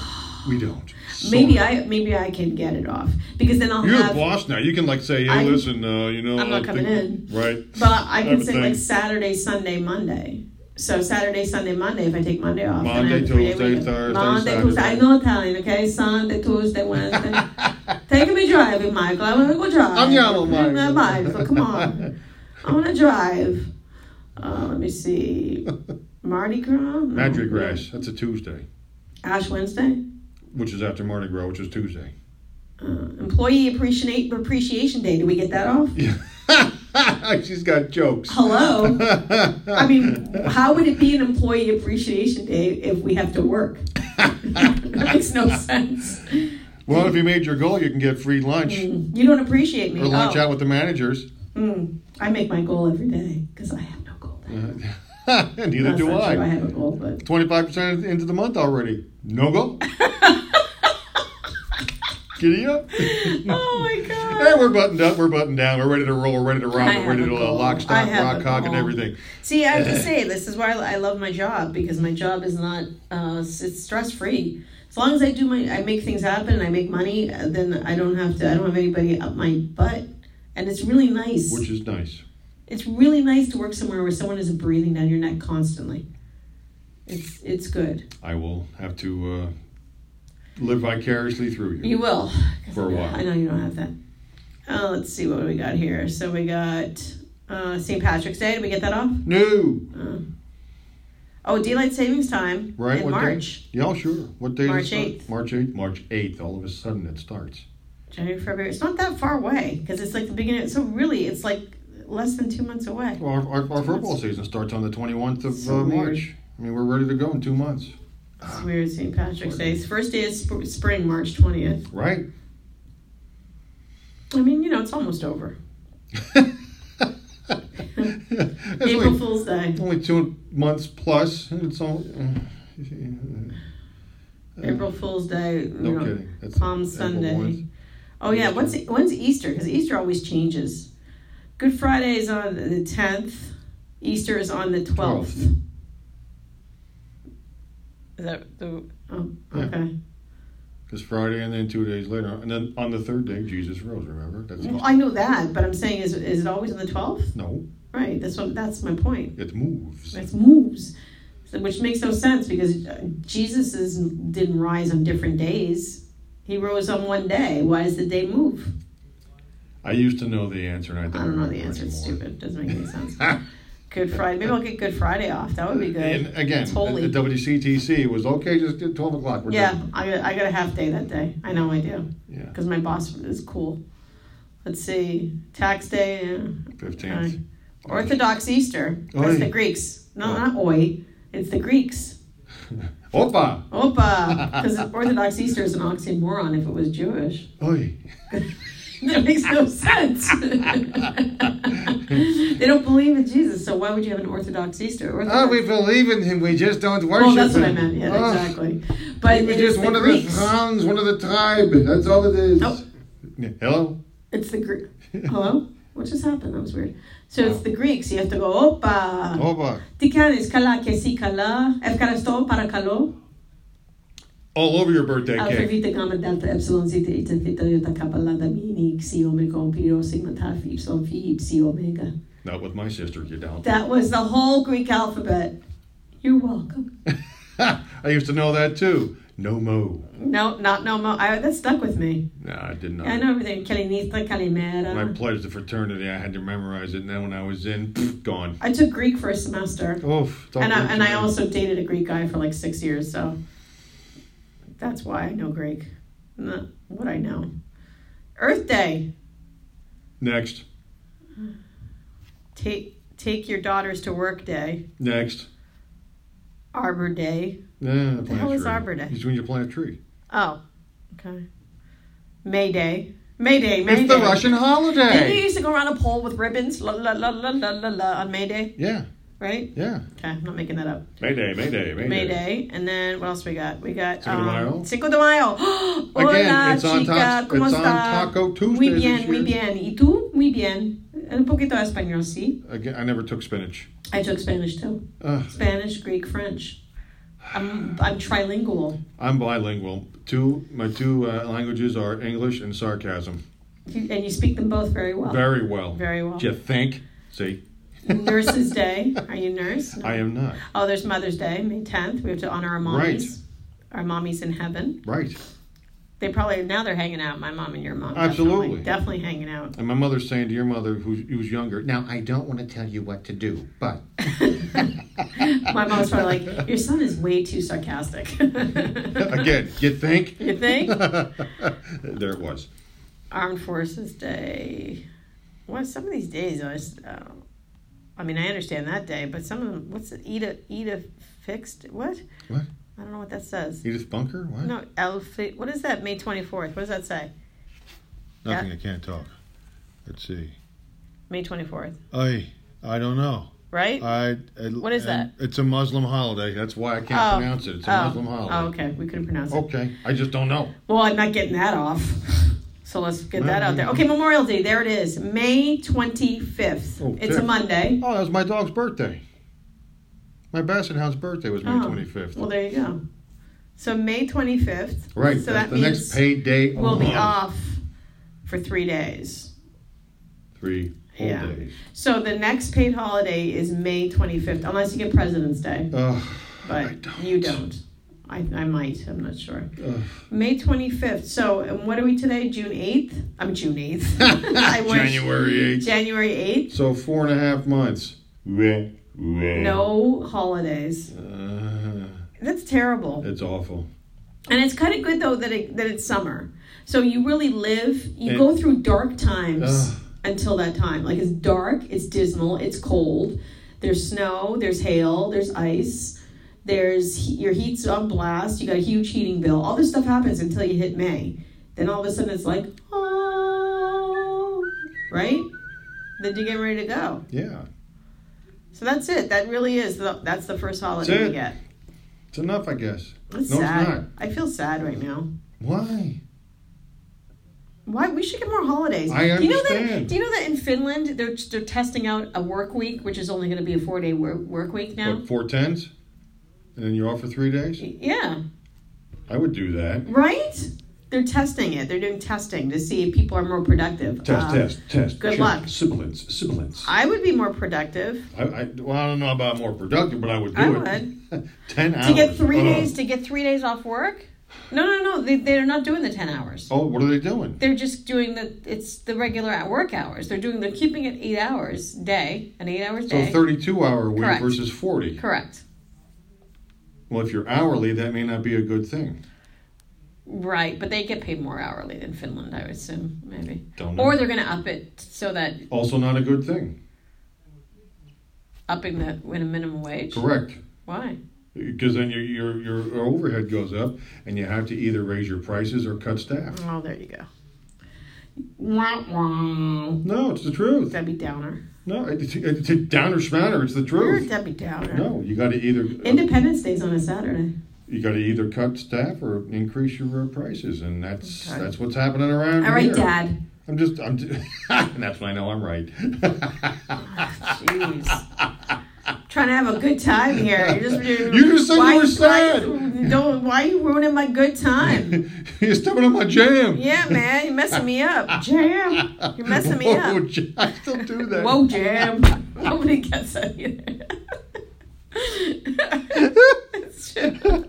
we don't. So- maybe I maybe I can get it off because then I'll You're the have. boss now. You can like say, hey, I- listen, uh, you know, I'm not I coming think- in. Right. But I can Have a say thing. like Saturday, Sunday, Monday. So Saturday, Sunday, Monday. If I take Monday off, then I Monday, have a three-day Tuesday, weekend. Thursday, Monday, Saturday. Tuesday. I know Italian, okay? Sunday, Tuesday, Wednesday. Take me driving, Michael. I want to go drive. I'm yellow, Come on, Michael. Michael, Come on, I want to drive. Uh, let me see. Mardi Gras. No. Magic Grass. That's a Tuesday, Ash Wednesday. which is after Mardi Gras, which is Tuesday. Uh, Employee appreciation appreciation day. Do we get that off? She's got jokes. Hello. I mean, how would it be an employee appreciation day if we have to work? that makes no sense. well, if you made your goal, you can get free lunch You don't appreciate me. or lunch Mm-hmm. Oh. out with the managers. Mm. I make my goal every day because I have no goal. Day. Neither That's do not true. I I. have a goal, but Twenty-five percent into the month already. No go. Giddy up. oh my Hey, god. we're buttoned up. We're buttoned down. We're ready to roll. We're ready to rock. I We're ready have a to uh, goal. lock, I stock, have rock, a cock, and goal. everything. See, I have to say, this is why I love my job because my job is not uh, it's stress free. As long as I do my, I make things happen and I make money, uh, then I don't have to. I don't have anybody up my butt, and it's really nice. Which is nice. it's really nice to work somewhere where someone isn't breathing down your neck constantly. It's it's good. I will have to uh, live vicariously through you. You will For a while. I know you don't have that. Uh, let's see what we got here. So we got uh, St. Patrick's Day. Did we get that off? No. Uh, oh, daylight savings time Right? in what March, Day? Yeah, sure. What day? March does it 8th. start? March 8th. March 8th. All of a sudden it starts. January, February. It's not that far away because it's like the beginning. So really, it's like less than two months away. Well, our, our, our football season starts on the 21th of So uh, weird. March. I mean, we're ready to go in two months. It's weird. St. Patrick's Day. It's First day is sp- spring, March twentieth. Right? I mean, you know, it's almost over. That's April only, Fool's Day. only two months plus. and It's all. uh, April Fool's Day. you No know, kidding. That's Palm April Sunday. one. Oh yeah, when's when's Easter? Because Easter always changes. Good Friday is on the tenth. Easter is on the twelfth. Twelfth. Is that the? Oh, Yeah. okay. It's Friday, and then two days later, and then on the third day, Jesus rose. Remember? That's Well, I know that, but I'm saying is is it always on the twelfth? no. Right. That's what. That's my point. It moves. It moves, So- which makes no sense because uh, Jesus is, didn't rise on different days. He rose on one day. Why does the day move? I used to know the answer, and I don't, I don't know remember the answer. It's anymore. stupid. Doesn't make any sense. Good Friday. Maybe I'll get Good Friday off. That would be good. And again, It's holy. at WCTC, it was okay. Just do twelve o'clock. We're yeah, done. I got, I got a half day that day. I know I do Yeah. because my boss is cool. Let's see, tax day, uh, Fifteenth. Orthodox Easter. Oi. That's the Greeks. No, Oi. not oi. It's the Greeks. Opa. Opa, because Orthodox Easter is an oxymoron if it was Jewish. Oi. That makes no sense. they don't believe in Jesus, so why would you have an Orthodox Easter? Orthodox Oh, we believe in him. We just don't worship Well, that's him. what I meant. Yeah, Oh, exactly. But He was it's just the one of the Greeks. towns, one of the tribe. That's all it is. Oh. Yeah, Hello. It's the Greek. Hello? What just happened? That was weird. So it's the Greeks. You have to go, opa. Opa. Tikanis kala kesi kala. Efkaristo para kalo. All over your birthday Alpha cake. Vita Gamma Delta Epsilon Zeta Eta Theta Iota Kappa Lambda Mini Xi Omicron Piro Sigma Tau Phi Epsilon Phi Epsi Omega. Not with my sister. You don't. That was the whole Greek alphabet. You're welcome. Ha! I used to know that too. No mo. No, not no more. I, that stuck with me. No, I did not. I know everything. Kalinitra, When I Kalimera. pledged the fraternity, I had to memorize it, and then when I was in, gone. I took Greek for a semester. Oof. it's all and I, good and to I me. also dated a Greek guy for like six years, so that's why I know Greek. Not what I know. Earth Day. Next. Take take your daughters to work day. Next. Arbor Day. Yeah, the hell is Arbor Day? It's when you plant a tree. Oh, okay. May Day. May Day. May it's Day. the Russian Didn't you holiday. used to go around a pole with ribbons, la la la la la la la, on May Day, Yeah, right? yeah. Okay, I'm not making that up. Mayday, Mayday, Mayday. May Day, and then what else we got? We got Cinco de Mayo. um, Cinco de Mayo. Again, Hola, it's on, chica, taco, ¿cómo it's on está? Taco Tuesday. Muy this bien, muy year. bien. ¿Y tú? Muy bien. Un poquito de español, sí. Again, I never took spinach. I took Spanish too. Ugh. Spanish, Greek, French. I'm I'm trilingual. I'm bilingual. Two, my two uh, languages are English and sarcasm. You- And you speak them both very well. Very well. Very well. Do you think? See, Nurses Day. Are you a nurse? No. I am not. Oh, there's Mother's Day, May 10th. We have to honor our mommies. Our mommies in heaven. Right. They probably now they're hanging out. My mom and your mom. Absolutely. Definitely, definitely hanging out. And my mother's saying to your mother, who's, who's younger, now I don't want to tell you what to do, but. My mom's probably like, your son is way too sarcastic. Again, you think? You think? there it was. Armed Forces Day. Well, some of these days I. s- Uh, I mean, I understand that day, eh, but some of them. What's it? Eat a eat a fixed what? What? I don't know what that says. Edith Bunker? What? No, El Fi- What is that? May twenty fourth. What does that say? Nothing. I can't talk. Let's see. May twenty fourth. I I don't know. Right? I, I What is that? It's a Muslim holiday. That's why I can't Oh. pronounce it. It's a oh. Muslim holiday. Oh, okay. We couldn't pronounce it. Okay, I just don't know. Well, I'm not getting that off. So let's get that out there. Okay, Memorial Day. There it is. May 25th. Oh, it's a tick. Monday. Oh, that was my dog's birthday. My basset hound's birthday was May Oh. 25th. Well, there you go. So May 25th. right, So that's that the means next paid day. we'll be alone. off for three days. Three whole Yeah. days. So the next paid holiday is May 25th, unless you get President's Day. Ugh, But I don't. you don't. I, I might. I'm not sure. Ugh. May 25th. So, and what are we today? June 8th? I'm June 8th. I wish. January 8th. January 8th. So four and a half months. No. No holidays. Uh, That's terrible. it's awful. And it's kind of good though that it, that it's summer. So you really live. You It- go through dark times Ugh. until that time. Like it's dark. It's dismal. It's cold. There's snow. There's hail. There's ice. There's he- your heat's on blast. You got a huge heating bill. All this stuff happens until you hit May. Then all of a sudden it's like, oh, right. Then you get ready to go. Yeah, So that's it. That really is. The, that's the first That's holiday we it. get. it's enough, I guess. That's no, sad. it's not. I feel sad right now. Why? Why we should get more holidays? I Do you know that? understand. Do you know that in Finland they're they're testing out a work week, which is only going to be a four day work, work week now. What, four tens? And then you're off for three days? Yeah, I would do that. right. They're testing it. They're doing testing to see if people are more productive. Test, Uh, test, test. good check. luck. Sibilance, sibilance. I would be more productive I, I, well, I don't know about more productive, but I would do I it. Ten hours. Oh. Uh-huh. to get three Ugh. days to get three days off work. No, no, no. They they're not doing the ten hours. Oh, what are they doing? They're just doing the it's the regular at work hours. They're doing they're keeping it eight hours day, an eight hours So day. thirty-two hour week Correct. versus forty. Correct. Well, if you're hourly, that may not be a good thing. Right, but they get paid more hourly than Finland, I would assume, maybe. Don't know. Or they're going to up it so that Also, not a good thing. upping the win a minimum wage. Correct. Why? Because then your, your your overhead goes up, and you have to either raise your prices or cut staff. Oh, there you go. Wah, wah. No, it's the truth. Debbie Downer. No, it's, it's a downer schmatter. It's the You're a truth. Debbie Downer. No, you got to either Independence Day's on a Saturday. you got to either cut staff or increase your uh, prices, and that's Okay. that's what's happening around All right, here. Dad. I'm just I'm. Just, and that's when I know I'm right. Jeez. Trying to have a good time here. You're just You just said you were sad. Why, don't, why are you ruining my good time? You're stepping on my jam. Yeah, man, you're messing me up. Jam, you're messing me up. Whoa, jam. I still do that. Whoa, jam. Nobody gets that either. It's true.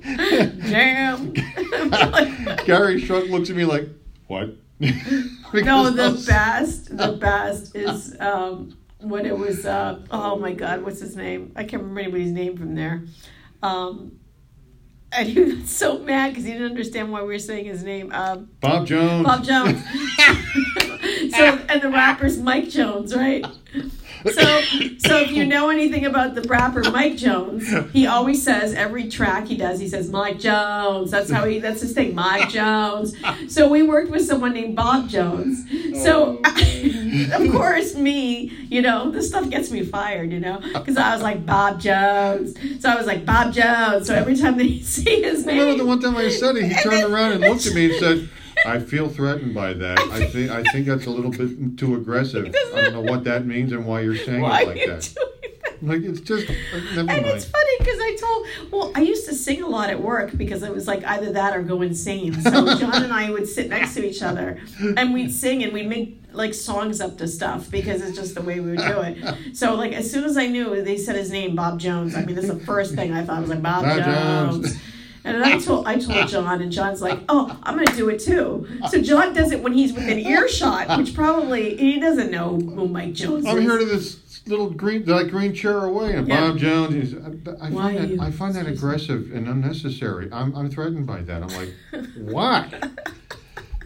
jam. Gary Shrunk looks at me like, what? no, Because the those- best, the best is um, when it was, uh, oh my God, what's his name? I can't remember anybody's name from there. Um, and he was so mad because he didn't understand why we were saying his name. Um, Bob Jones. Bob Jones. so and the rapper's Mike Jones, right? So, so if you know anything about the rapper Mike Jones, he always says every track he does, he says Mike Jones. That's how he. That's his thing, Mike Jones. So we worked with someone named Bob Jones. So, Oh, of course, me, you know, this stuff gets me fired, you know, because I was like Bob Jones. So I was like Bob Jones. So every time that he see his name, Remember the one time I said it, he turned around and looked at me and said, I feel threatened by that. I think I think that's a little bit too aggressive. I don't know what that means and why you're saying why it are like you that. doing that? Like it's just uh, never And mind. it's funny because I told, well, I used to sing a lot at work because it was like either that or go insane. So John and I would sit next to each other and we'd sing and we'd make like songs up to stuff because it's just the way we would do it. So like as soon as I knew they said his name, Bob Jones. I mean, that's the first thing I thought I was like Bob, Bob Jones. Jones. And then I told I told John, and John's like, "Oh, I'm gonna do it too." So John does it when he's within earshot, which probably he doesn't know who Mike Jones I'm is. here to this little green that green chair away and Yeah. Bob Jones is I, I Why find are you- that I find that aggressive and unnecessary. I'm I'm threatened by that. I'm like, why?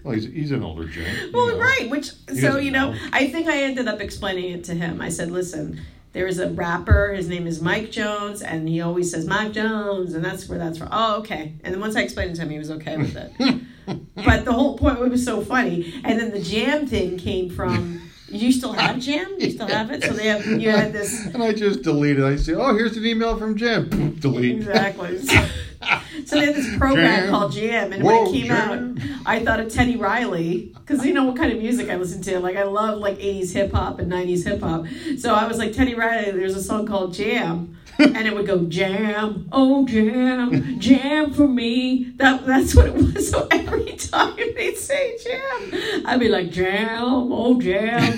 Well, he's, he's an older gent. Well, you know. right. Which so doesn't you know, know. I think I ended up explaining it to him. I said, "Listen, there is a rapper. His name is Mike Jones, and he always says Mike Jones, and that's where that's from." Oh, okay. And then once I explained it to him, he was okay with it. but the whole point it was so funny. And then the jam thing came from. You still have jam? You still have it? So they have you had this And I just deleted. I say, oh, here's an email from Jim. Delete. exactly. So they had this program Jam. called Jam, and when Whoa, it came jam. out, I thought of Teddy Riley because you know what kind of music I listen to. Like I love like '80s hip hop and '90s hip hop. So I was like Teddy Riley. There's a song called Jam, and it would go Jam, oh Jam, Jam for me. That that's what it was. So every time they'd say Jam, I'd be like Jam, oh Jam.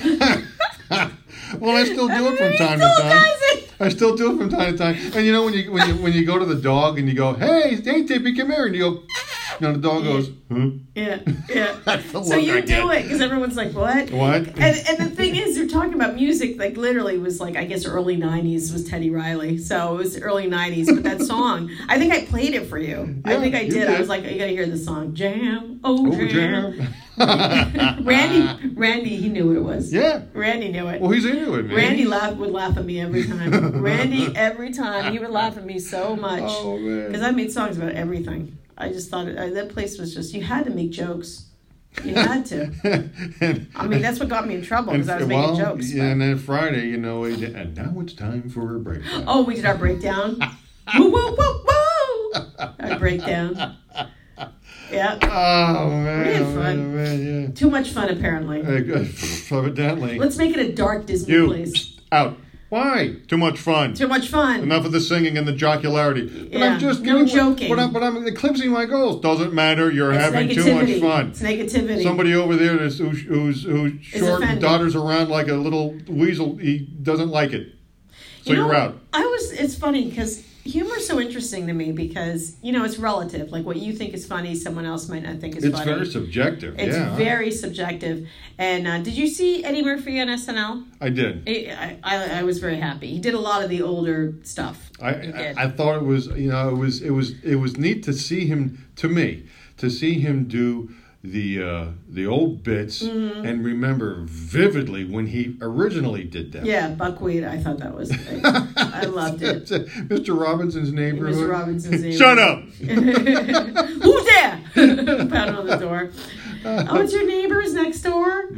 Well, I still do it from He time to still time. does it. I still do it from time to time. And you know when you when you when you go to the dog and you go, hey, hey, Tippy, come here, and you go, and the dog goes, huh? Yeah, yeah. That's the so look you I do get. it because everyone's like, "What? What? And, and the thing is, you're talking about music. Like literally, was like I guess early '90s was Teddy Riley. So it was early '90s. But that song, I think I played it for you. I Yeah, think I you did. I did. was like, "You gotta hear this song, Jam, oh, Oh, jam. jam. Ah. Randy, Randy, he knew what it was. Yeah. Randy knew it. Well, he's into it, man. Randy laugh, would laugh at me every time. Randy, every time he would laugh at me so much. Oh Because man. I made songs about everything. I just thought it, I, that place was just, you had to make jokes. You had to. and, I mean, that's what got me in trouble and, because I was making well, jokes. yeah, and then Friday, you know, we did- and now it's time for a breakdown. Oh, we did our breakdown. woo, woo, woo, woo. Our breakdown. Yeah. Oh, man, We had oh, fun. man, Too much fun, apparently. yeah. Hey, Evidently, Let's make it a dark Disney you place. psst, out. Why? Too much fun. Too much fun. Enough of the singing and the jocularity. But Yeah, I'm just no getting- joking. But I'm, but I'm eclipsing my goals. Doesn't matter. You're it's having negativity. too much fun. It's negativity. Somebody over there that's, who's, who's, who's short and offended. dodders around like a little weasel. He doesn't like it. So You know, you're out. I was. It's funny because humor's so interesting to me because you know it's relative. Like what you think is funny, someone else might not think is It's funny. very subjective. it's yeah, very subjective. And uh, did you see Eddie Murphy on SNL? I did. I, I I was very happy. He did a lot of the older stuff. I, He I did. I thought it was you know it was it was it was neat to see him to me to see him do the uh, the old bits Mm-hmm. and remember vividly when he originally did them. yeah, buckwheat. I thought that was. I, I loved it. Mr. Robinson's neighborhood. Mr. Robinson's name. Shut up. Who's there? Pound on the door. Oh, it's your neighbors next door.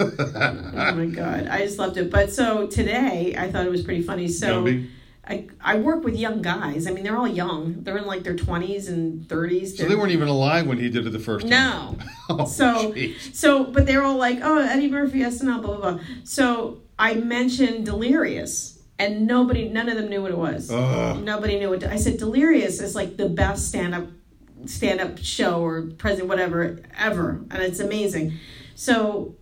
oh my god, I just loved it. But so today, I thought it was pretty funny. So. Gumby. I, I work with young guys. I mean, they're all young. They're in like their twenties and thirties. So they weren't even alive when he did it the first time. No. Oh, so jeez. so but they're all like, oh Eddie Murphy, SNL, blah blah blah. So I mentioned Delirious and nobody none of them knew what it Oh. was. Ugh. Nobody knew what I said Delirious is like the best stand up stand up show or present whatever ever. And it's amazing. So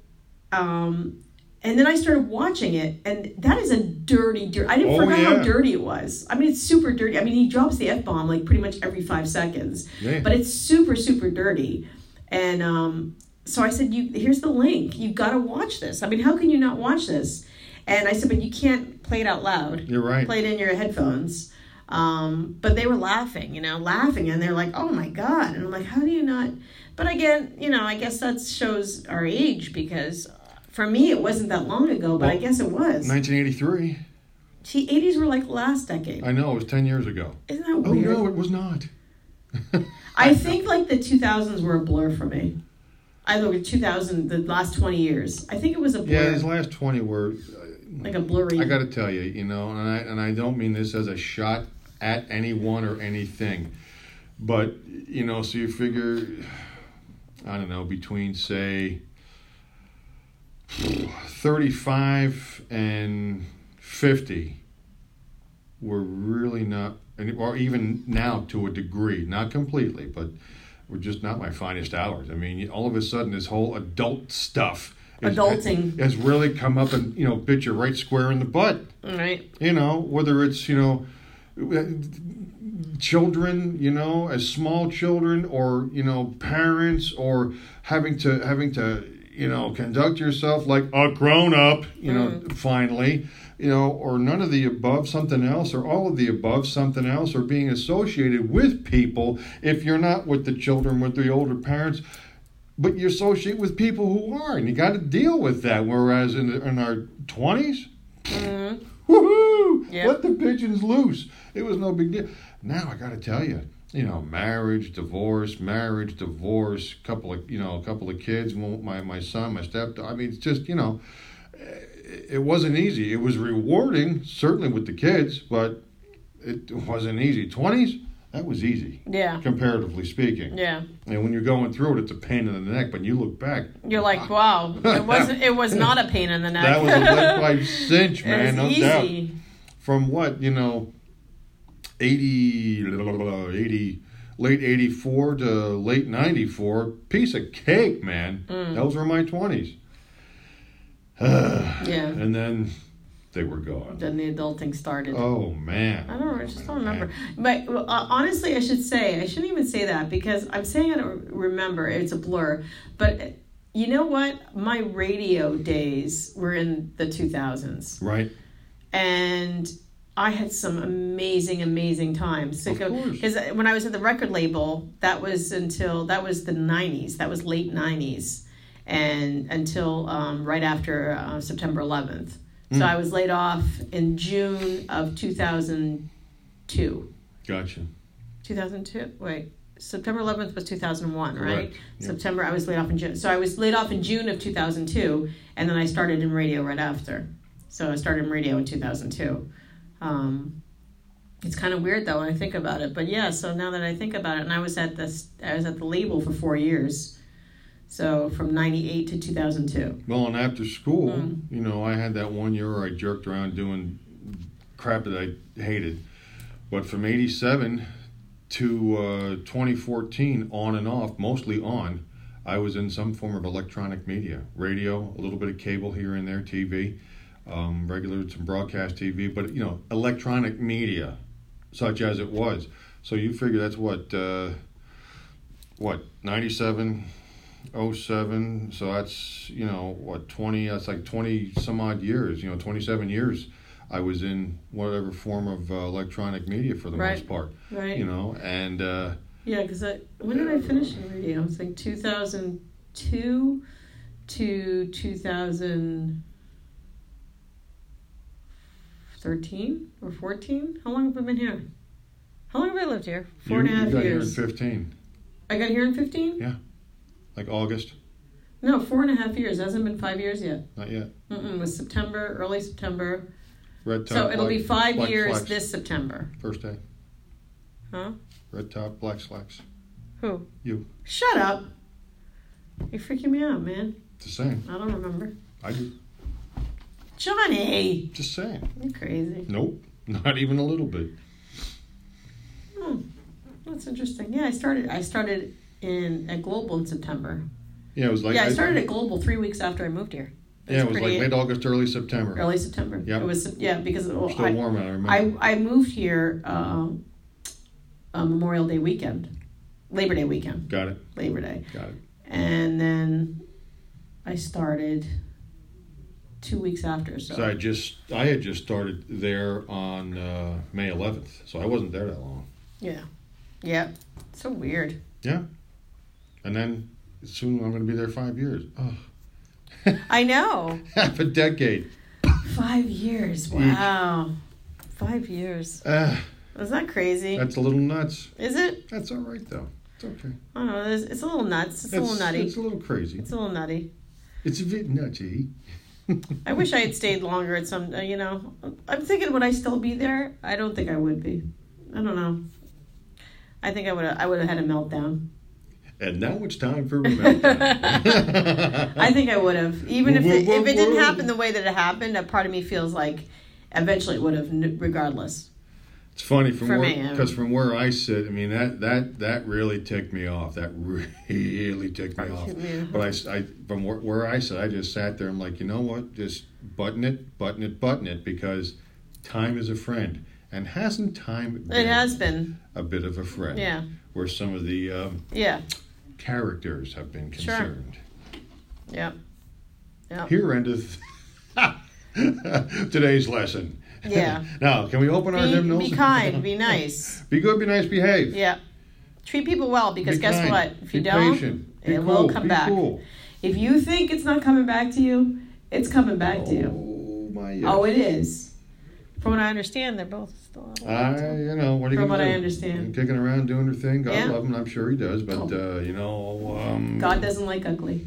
um and then I started watching it, and that is a dirty, dirty. I didn't Oh, forget how yeah. dirty it was. I mean, it's super dirty. I mean, he drops the f bomb like pretty much every five seconds Yeah. but it's super super dirty and um, so i said you here's the link you got to watch this i mean how can you not watch this and i said but you can't play it out loud You're right. play it in your headphones um, but they were laughing you know laughing and they're like oh my god and i'm like how do you not but again you know i guess that shows our age because For me, it wasn't that long ago, but I Well, guess it was. 1983. See, 80s were like last decade. I know it was 10 years ago. Isn't that Oh weird? no, it was not. I think like the 2000s were a blur for me. I look at 2000, the last 20 years. I think it was a blur, Yeah, these last 20 were. like a blurry. I got to tell you, you know, and I and I don't mean this as a shot at anyone or anything, but you know, so you figure, I don't know, between say thirty-five and fifty, we're really not, and- or even now to a degree, not completely, but we're just not my finest hours. I mean, all of a sudden, this whole adult stuff. is- Adulting. has really come up and you know bit you right square in the butt. right. You know whether it's you know children, you know as small children or you know parents or having to having to you know conduct yourself like a grown up. You know finally. You know, or none of the above, something else, or all of the above, something else, or being associated with people if you're not with the children, with the older parents but you associate with people who are, and you got to deal with that. Whereas in, in our 20s woohoo, Mm-hmm. Yeah. let the pigeons loose. It was no big deal. Now I got to tell you, you know, marriage, divorce, marriage, divorce, couple of you know, a couple of kids, mo- my my son, my stepdaughter. I mean, it's just you know, eh, it wasn't easy. It was rewarding, certainly with the kids, but it wasn't easy. 20s, that was easy, Yeah. comparatively speaking. Yeah. And when you're going through it, it's a pain in the neck. But you look back, You're like, wow, it wasn't. It was not a pain in the neck. that was a lead pipe cinch, it was man, no easy. doubt. From what you know, 80, blah, blah, blah, 80 late eighty four to late ninety four, piece of cake, man. Mm. Those were my twenties, Yeah. and then they were gone. Then the adulting started. Oh man, I don't know. I just don't remember. Man. But uh, honestly, I should say I shouldn't even say that because I'm saying I don't remember. It's a blur. But uh, you know what? My radio days were in the 2000s, Right? and I had some amazing, amazing times. Of course. Because when I was at the record label, that was until that was the 90s. That was late 90s, and until um, right after uh, September 11th. Hmm. So I was laid off in June of 2002. Gotcha. 2002 wait september 11th was 2001 right Correct, yeah. september i was laid off in june so i was laid off in june of 2002 and then i started in radio right after so i started in radio in 2002 um, it's kind of weird though when i think about it but yeah so now that i think about it and i was at this i was at the label for four years so from 98 to 2002 Well, and after school, you know, I had that one year where I jerked around doing crap that I hated. But from 87 to uh, 2014, on and off, mostly on, I was in some form of electronic media radio, a little bit of cable here and there, TV, um, regular, some broadcast TV, but, you know, electronic media, such as it was. So you figure that's what, uh, what, 97, 07 so that's you know what 20 that's like 20 some odd years you know 27 years i was in whatever form of uh, electronic media for the Right. most part right you know and uh, Yeah, because I when did I finish in radio? It was like two thousand two to two thousand thirteen or fourteen. How long have I been here? How long have I lived here? Four and a you, half you got years. here in 15 I got here in fifteen. like august No, four and a half years. It hasn't been five years yet. not yet Mm-mm, it was September, early September. red top so it'll black- be five black years slacks, this September. first day Huh? red top black slacks Who? You. Shut up. You're freaking me out, man. just saying I don't remember. i do Johnny, just saying you're crazy. nope not even a little bit Hmm. That's interesting. Yeah, I started. I started in at Global in September. yeah it was like yeah, I started at Global three weeks after I moved here. yeah it was like pretty- late august early september early September. Yep. It was yeah because well, still I, warm out, i remember I I moved here um, uh, Memorial Day weekend, Labor Day weekend, got it Labor Day, got it and then I started two weeks after. So So I just I had just started there on uh, May 11th, so I wasn't there that long. yeah, yeah, so weird. Yeah, and then soon I'm going to be there five years. Oh, I know. Half a decade. Five years. Wow. Five years. Ah, Is that crazy? that's a little nuts. Is it? That's all right though. It's okay. I don't know. It's, it's a little nuts. It's a That's- little nutty. It's a little crazy. It's a little nutty. It's a bit nutty. I wish I had stayed longer at some, uh, you know. I'm thinking, would I still be there? I don't think I would be. I don't know. I think I would. I would have had a meltdown. And now it's time for remember. I think I would have, even if Whoa, it, whoa, if it didn't whoa. happen the way that it happened. A part of me feels like eventually it would have, n- regardless. It's funny from For where me, I- because from where I sit, I mean that that that really ticked me off. That really ticked me off. Yeah. But I, s- I- from where, where I sit, I just sat there. I'm like, you know what? Just button it, button it, button it, because time is a friend, and hasn't time been It has been. a bit of a friend? Yeah. Where some of the um, Yeah. characters have been Sure. concerned. Yeah. Here endeth today's lesson. Yeah. now, can we open our hymnals? Be, be kind. Be nice. Be good. Be nice. Behave. Yeah. Treat people well because Be guess kind. what? If you Be don't, patient. Be it will cool. come Be back. cool. If you think it's not coming back to you, it's coming back to you. Oh my! Oh, it is. From what I understand, they're both still out. I, you know, what are you From what gonna I do? understand. kicking around doing her thing. God Yeah. love him. I'm sure he does, but uh, you know, um, God doesn't like ugly.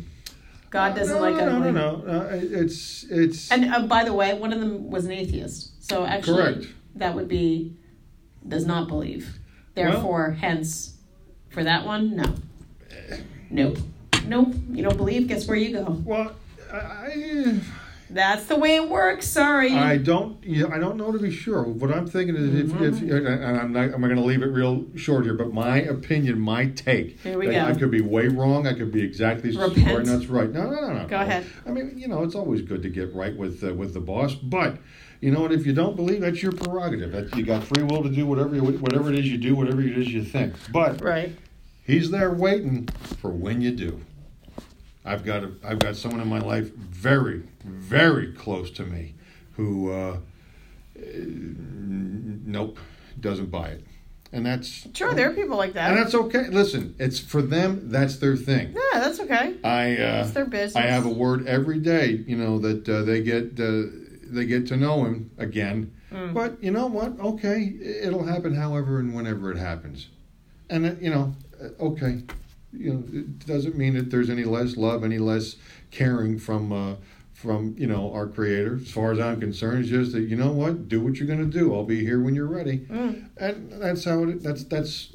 God doesn't no, like no, ugly. No, no, no. Uh, it's it's And uh, by the way, one of them was an atheist. So actually, Correct. that would be does not believe. Well- Therefore, hence, for that one, no. Nope. Nope. You don't believe? Guess where you go? well. I, That's the way it works. Sorry. I don't yeah, I don't know to be sure. What I'm thinking is if, if Mm-hmm. and I'm not I'm not going to leave it real short here, but my opinion, my take. Here we I- go. I could be way wrong. I could be exactly Repent. square nuts right. No, no, no, no. Go no. ahead. I mean, you know, it's always good to get right with uh, with the boss, but you know, and if you don't believe, that's your prerogative. That you got free will to do whatever you, whatever it is you do, whatever it is you think. But right. He's there waiting for when you do. I've got a, I've got someone in my life very, very close to me, who, uh, eh, nope, doesn't buy it, and that's Sure, there are people like that. and that's okay. Listen, it's for them. That's their thing. yeah, that's okay. I uh, It's their business. I have a word every day, you know, that uh, they get uh, they get to know him again. Mm. But you know what? Okay, i- it'll happen however and whenever it happens, and uh, you know, uh, okay, you know, it doesn't mean that there's any less love, any less caring from. Uh, from you know our creator as far as i'm concerned it's just that you know what do what you're going to do i'll be here when you're ready Mm. and that's how it that's that's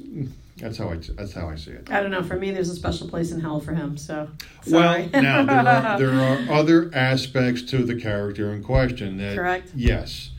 that's how i that's how i see it I don't know. For me, there's a special place in hell for him. So. well, Sorry. now there are, there are other aspects to the character in question that Correct. yes,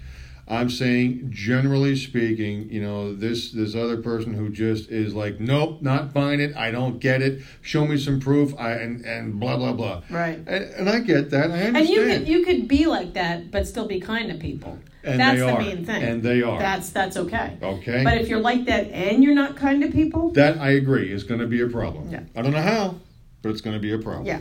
I'm saying generally speaking, you know this this other person who just is like, nope, not buying it. I don't get it. Show me some proof. I and and blah blah blah. Right. And, and I get that. I understand. And you could you could be like that, but still be kind to people. And that's they the are. main thing. And they are. That's that's okay. Okay. But if you're like that and you're not kind to people, that I agree is going to be a problem. Yeah. I don't know how, but it's going to be a problem. yeah,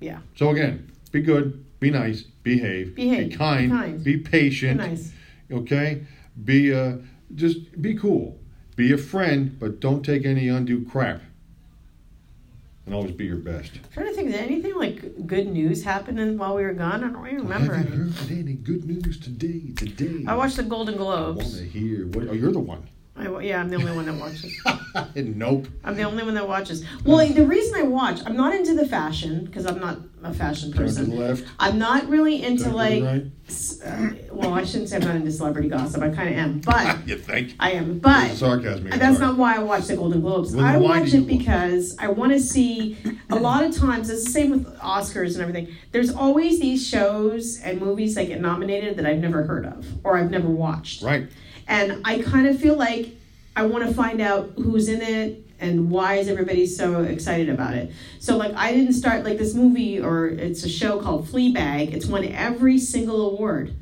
yeah, So again, be good, be nice, behave, Behave, be kind, be kind. be patient. nice. okay be uh just be cool be a friend but don't take any undue crap and always be your best I'm trying to think, did anything like good news happen in- while we were gone? I don't really remember have you any. heard any good news today today I watched the Golden want to Globes. hear what oh you're the one I, wa- yeah, I'm the only one that watches. nope I'm the only one that watches. Well, the reason I watch, I'm not into the fashion because I'm not a fashion turn to person. the left I'm not really into turn like. to the right s- uh, well, I shouldn't say I'm not into celebrity gossip. I kind of am, but you think I am. But There's sarcasm here, that's sorry. not why I watch the Golden Globes. Well, then I why watch do you it because I want to see. A lot of times, it's the same with Oscars and everything. There's always these shows and movies that get nominated that I've never heard of or I've never watched. right And I kind of feel like I want to find out who's in it and why is everybody so excited about it. So like I didn't start like this movie or it's a show called Fleabag. It's won every single award.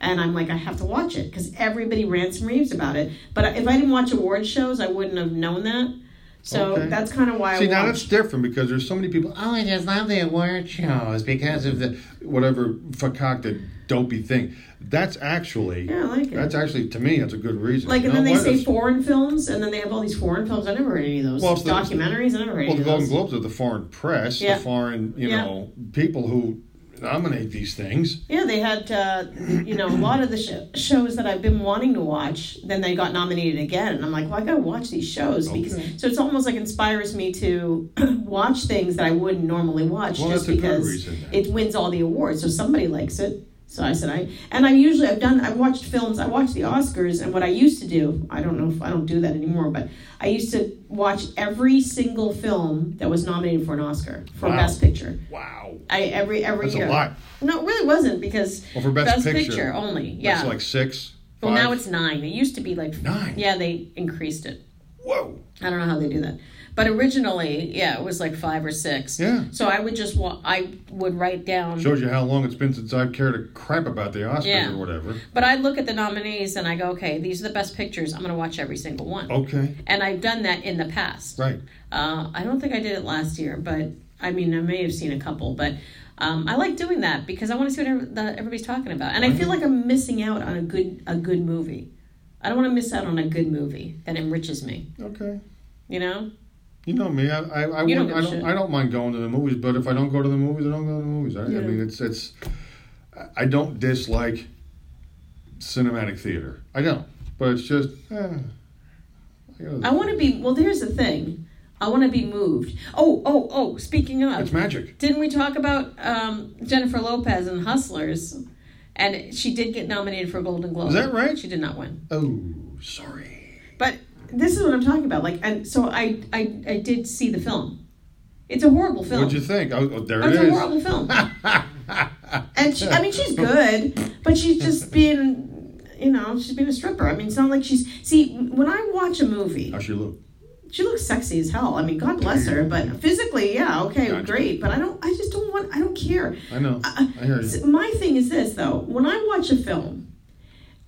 And I'm like, I have to watch it because everybody rants and raves about it. But if I didn't watch award shows, I wouldn't have known that. So Okay. that's kind of why See, I now that's watch. different because there's so many people. Oh, I just love the award shows because of the whatever fakakta dopey thing. That's actually Yeah, I like it. that's actually to me that's a good reason. Like, You and know then they what? say It's- foreign films, and then they have all these foreign films. I never read any of those Well, it's the- documentaries. I never read Well, the any of Golden those. Globes are the foreign press, Yeah. the foreign you Yeah. know people who nominate these things. Yeah, they had uh, you know a lot of the sh- shows that I've been wanting to watch. Then they got nominated again, and I'm like, well, I gotta watch these shows because Okay. so it's almost like inspires me to watch things that I wouldn't normally watch Well, just that's a good because reason then. it wins all the awards. So somebody likes it. So I said I and I usually I've done I've watched films I watched the Oscars and what I used to do I don't know if I don't do that anymore but I used to watch every single film that was nominated for an Oscar for Wow. Best Picture. Wow, I every every that's year. a lot. No, it really wasn't because Well, for best, picture, only. Yeah. that's like six. well, now five. it's nine. It used to be like Nine? Yeah, they increased it. whoa. I don't know how they do that, but originally, yeah, it was like five or six. Yeah. So I would just wa- I would write down. Shows you how long it's been since I've cared a crap about the Oscars Yeah. or whatever. But I look at the nominees and I go, okay, these are the best pictures. I'm going to watch every single one. Okay, And I've done that in the past. right. Uh, I don't think I did it last year, but I mean, I may have seen a couple, but um, I like doing that because I want to see what every, that everybody's talking about, and I feel like I'm missing out on a good a good movie. I don't want to miss out on a good movie that enriches me. Okay. You know? You know me. I I, I, You don't wouldn't- give I a don't shit. I don't mind going to the movies, but if I don't go to the movies, I don't go to the movies. I, I Yeah. mean, it's it's. I- I don't dislike cinematic theater. I don't, but it's just. Eh, I want to be. Well, there's the thing. I want to be moved. Oh, oh, oh! Speaking of, It's magic. Didn't we talk about um, Jennifer Lopez and Hustlers? And she did get nominated for a Golden Globe. Is that right? She did not win. Oh, sorry. But this is what I'm talking about. Like, and so I, I, I did see the film. It's a horrible film. What'd you think? Oh, oh, there Oh, it it's a is. Oh, horrible film. and she, I mean, she's good, but she's just being, you know, she's being a stripper. I mean, it's not like she's. See, when I watch a movie, How she look? she looks sexy as hell. I mean, God bless her, but physically, yeah, okay, Gotcha. great. But I don't. I just don't want. I don't care. I know. Uh, I hear you. s- My thing is this though: when I watch a film,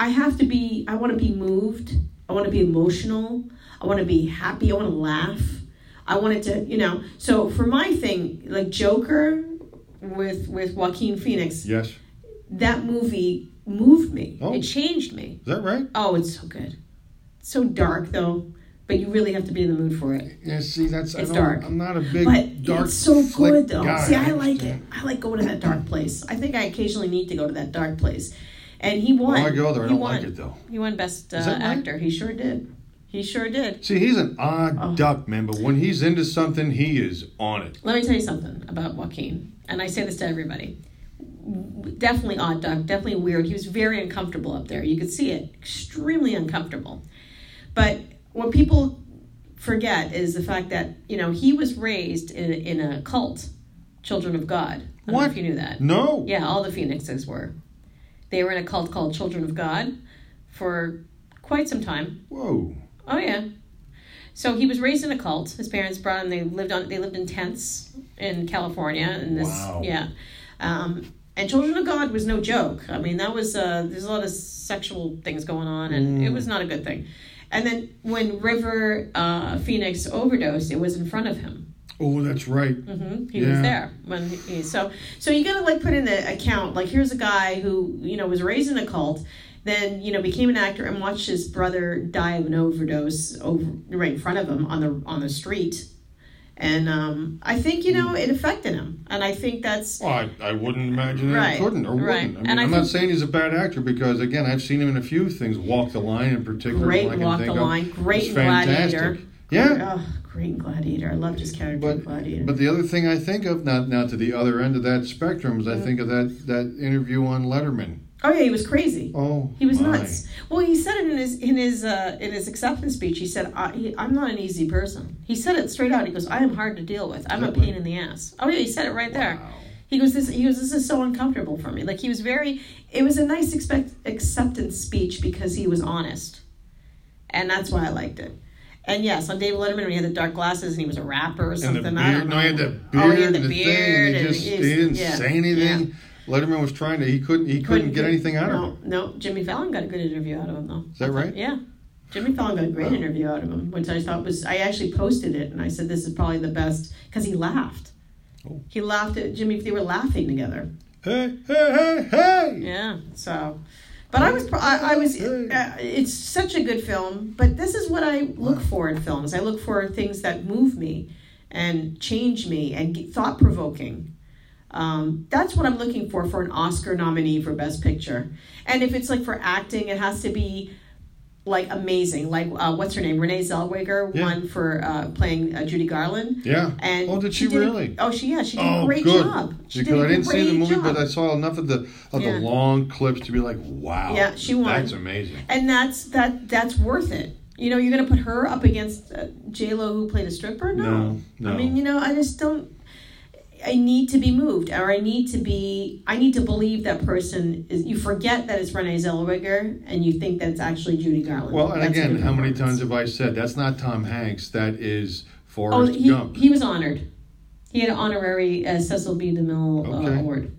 I have to be. I want to be moved. I want to be emotional. I want to be happy. I want to laugh. I wanted to, you know. So for my thing, like Joker with with Joaquin Phoenix, Yes. Is that movie moved me. Oh. It changed me. that right? Oh, it's so good. so dark though, but you really have to be in the mood for it. Yeah. See, that's. I It's don't, dark. I'm not a big But dark. it's so flick good though. guy. See, I like it. understand. I like going to that dark place. I think I occasionally need to go to that dark place. And he won. When I go there, I He don't won. like it though. He won best uh, Is that right? actor. He sure did. He sure did. See, he's an odd Oh. duck, man. But when he's into something, he is on it. Let me tell you something about Joaquin, and I say this to everybody. Definitely odd duck, definitely weird. He was very uncomfortable up there. You could see it, extremely uncomfortable. But what people forget is the fact that you know he was raised in in a cult, Children of God. I don't know What? if you knew that. No. Yeah, all the Phoenixes were. They were in a cult called Children of God for quite some time. Whoa. Oh yeah. So he was raised in a cult. His parents brought him. They lived on. They lived in tents in California. And this, Wow. yeah. Um, and Children of God was no joke. I mean, that was uh, there's a lot of sexual things going on, and Mm. it was not a good thing. And then when River uh, Phoenix overdosed, it was in front of him. Oh, that's right. hmm He was Yeah. there when he, so so you gotta like put in the account like here's a guy who you know was raised in a cult, then you know became an actor and watched his brother die of an overdose over right in front of him on the on the street, and um, I think you know it affected him, and I think that's Well, I, I wouldn't imagine that Right, I couldn't or right. wouldn't. I mean, And I I'm not think- saying he's a bad actor because, again, I've seen him in a few things. Walk the Line in particular. Great one I can Walk the think of. Line, great It's fantastic. Gladiator. Yeah. oh, great gladiator. I loved his character in But, gladiator. but the other thing I think of, not now to the other end of that spectrum, is I think of that, that interview on Letterman. oh yeah, he was crazy. Oh, He was my. nuts. Well, he said it in his in his uh, in his acceptance speech. He said, I, he, "I'm not an easy person." He said it straight out. He goes, "I am hard to deal with. I'm a pain in the ass." Oh yeah, he said it right there. Wow. He goes, "This he goes, this is so uncomfortable for me." Like he was very. It was a nice expect, acceptance speech because he was honest, and that's why I liked it. And yes, on David Letterman, when he had the dark glasses and he was a rapper or And something. the I beard. don't No, he had know. the beard Oh, he and had the the thing. And beard he just he he was- didn't yeah, say anything. yeah. Letterman was trying to. He couldn't. He couldn't, get anything out no, of him. No, Jimmy Fallon got a good interview out of him though. Is that right? Yeah. Jimmy Fallon got a great interview out of him, which I thought was I actually posted it and I said this is probably the best because he laughed. Oh. He laughed at Jimmy. They were laughing together. Hey, hey, hey, hey! Yeah. So, but I was I, I was uh, it's such a good film. But this is what I look for in films. I look for things that move me and change me and thought provoking. Um, that's what I'm looking for for an Oscar nominee for Best Picture. And if it's like for acting, it has to be like amazing. Like uh, what's her name? Renee Zellweger Yeah. won for uh, playing uh, Judy Garland. Yeah. And oh, did she, a- really? oh, she yeah, she did Oh, a great good. job. She because did I a didn't see the great movie, job. but I saw enough of the of Yeah. the long clips to be like, wow. Yeah, she won. That's amazing. and that's that that's worth it you know you're gonna put her up against uh, j lo who played a stripper no. No, no. i mean you know i just don't i need to be moved or i need to be i need to believe that person is you forget that it's renee zellweger and you think that's actually judy garland Well, and That's a again, good how many performance. times have I said that's not Tom Hanks? That is oh Forrest he, Gump. he was honored he had an honorary uh, cecil b demille Okay. uh, award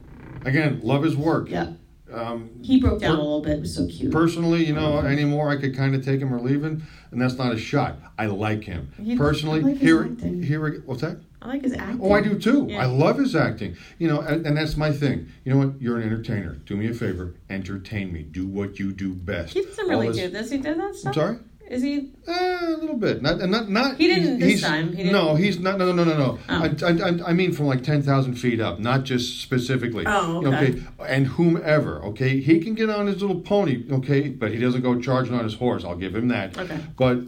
Again, love his work. yeah Um, he broke down Per- a little bit it was so cute personally, you know, anymore I could kind of take him or leave him, and that's not a shot. I like him He- personally. I like his here, acting. here, what's that? i like his acting Oh, I do too. Yeah. I love his acting. You know, and, and that's my thing. You know what? You're an entertainer. Do me a favor. Entertain me. Do what you do best. he doesn't All really this- do this he did that I'm stuff sorry. is he Uh, a little bit. Not, not, not. He didn't this he's- time. He didn't- No, he's not. No, no, no, no, no. Oh. I, I, I- I mean, from like ten thousand feet up, not just specifically. Oh, You know, okay. And whomever. Okay, he can get on his little pony. Okay, but he doesn't go charging on his horse. I'll give him that. Okay. But uh,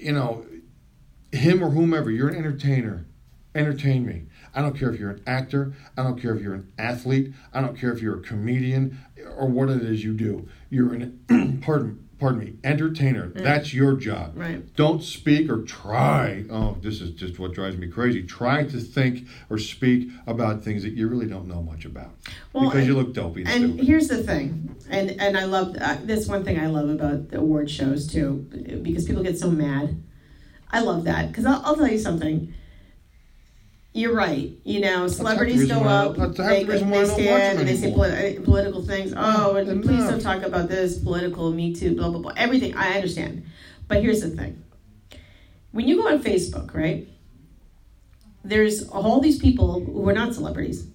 you know, him or whomever, you're an entertainer. Entertain me. I don't care if you're an actor. I don't care if you're an athlete. I don't care if you're a comedian or what it is you do. You're an pardon pardon me entertainer. That's your job. Mm. Right. Don't speak or try. Oh, this is just what drives me crazy. Try to think or speak about things that you really don't know much about Well, because you and- look dopey and, And stupid. here's the thing, and and I love uh, this one thing I love about the award shows too, because people get so mad. I love that because I'll, I'll tell you something. You're right. You know, celebrities reason go why I- up, that's half they, the reason why I they don't watch stand them and they say anymore. poli- uh, political things. Oh, and Enough. please don't talk about this political, me too, blah blah blah. Everything I understand, but here's the thing. When you go on Facebook, right? There's all these people who are not celebrities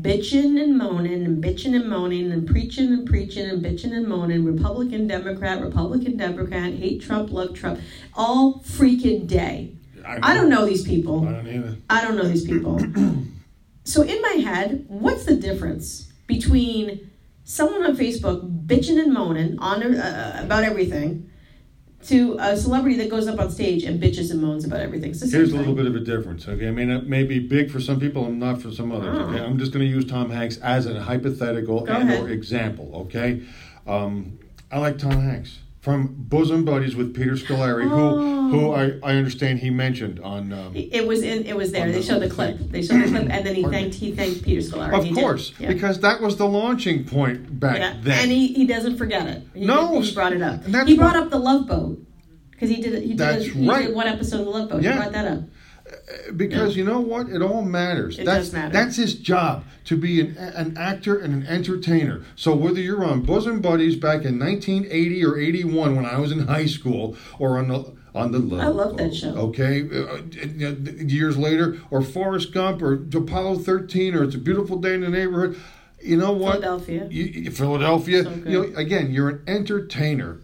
bitching and moaning and bitching and moaning and preaching and preaching and bitching and moaning republican democrat republican democrat hate trump love trump all freaking day i don't know these I people don't either. i don't know these people so in my head what's the difference between someone on facebook bitching and moaning on uh, about everything to a celebrity that goes up on stage and bitches and moans about everything It's the same Here's a thing. little bit of a difference, okay? I mean, it may be big for some people and not for some others, okay? I'm just going to use Tom Hanks as a hypothetical Oh. Go and ahead. or example, okay? Um, I like Tom Hanks from Bosom Buddies with Peter Scolari, Oh. who who I, I understand he mentioned on. Um, It was in. It was there. On They the- showed the clip. They showed the clip, and then he Pardon thanked. He thanked Peter Scolari. of He did. course, Yeah. because that was the launching point back Yeah. then. and he, he doesn't forget it. He, No. he brought it up. And that's He brought what- up the Love Boat because he did. it- He did. That's it- he right. did one episode of the Love Boat. He Yeah. Uh, brought that up. because you know what it all matters It that's does matter. that's his job to be an, an actor and an entertainer so whether you're on bosom buddies back in 1980 or 81 when i was in high school or on the on the love I love that Boat, show. okay uh, uh, uh, years later or forrest gump or apollo 13 or it's a beautiful day in the neighborhood you know what Philadelphia. you, you- Philadelphia. So good. you know, again, you're an entertainer.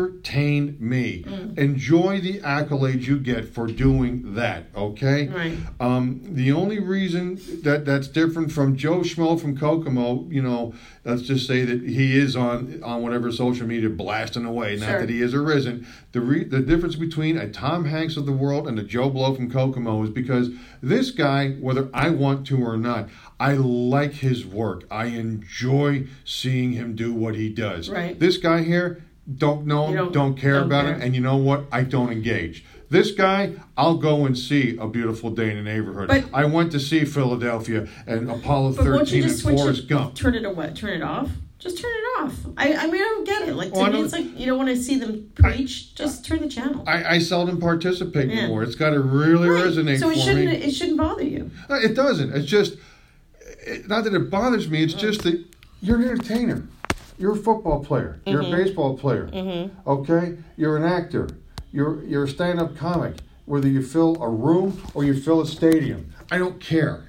Entertain me. Mm. Enjoy the accolades you get for doing that. Okay. Right. Um, the only reason that that's different from Joe Schmo from Kokomo, you know, let's just say that he is on on whatever social media blasting away. Not Sure. that he is or isn't. The re- the difference between a Tom Hanks of the world and a Joe Blow from Kokomo is because this guy, whether I want to or not, I like his work. I enjoy seeing him do what he does. Right. This guy here. Don't know him, You don't- don't, care don't about care. him, and you know what? I don't engage. This guy, I'll go and see a beautiful day in the neighborhood. But- I went to see Philadelphia and Apollo But won't 13 you and just switch Forrest it? Gump. Turn it away. Turn it off. Just turn it off. I, I mean, I don't get it. Like to Well, Oh, I me, don't- it's like you don't want to see them preach. just turn the channel. I, I seldom participate Yeah. anymore. It's got to really Right. resonate So it for shouldn't. me. It shouldn't bother you. No, Uh, It Mm. doesn't. It's just, it, not that it bothers me, it's just that you're an entertainer. You're a football player. You're Mm-hmm. a baseball player. Okay? You're an actor. You're, you're a stand up comic. Whether you fill a room or you fill a stadium, I don't care.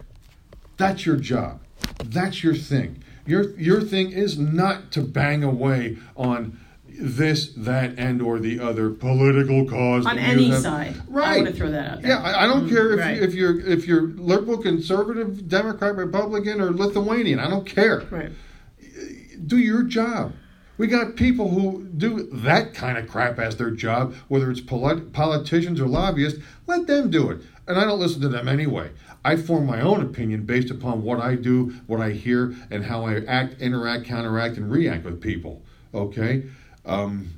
That's your job. That's your thing. Your, your thing is not to bang away on this, that, and or the other political cause On that you any have. side. Right. I want to throw that out there. Mm-hmm. Yeah, I, I don't care if, right. you, if you're if you're liberal, conservative, Democrat, Republican, or Lithuanian. I don't care. Right. Do your job. We got people who do that kind of crap as their job, whether it's polit- politicians or lobbyists. Let them do it. And I don't listen to them anyway. I form my own opinion based upon what I do, what I hear, and how I act, interact, counteract, and react with people. Okay? Um,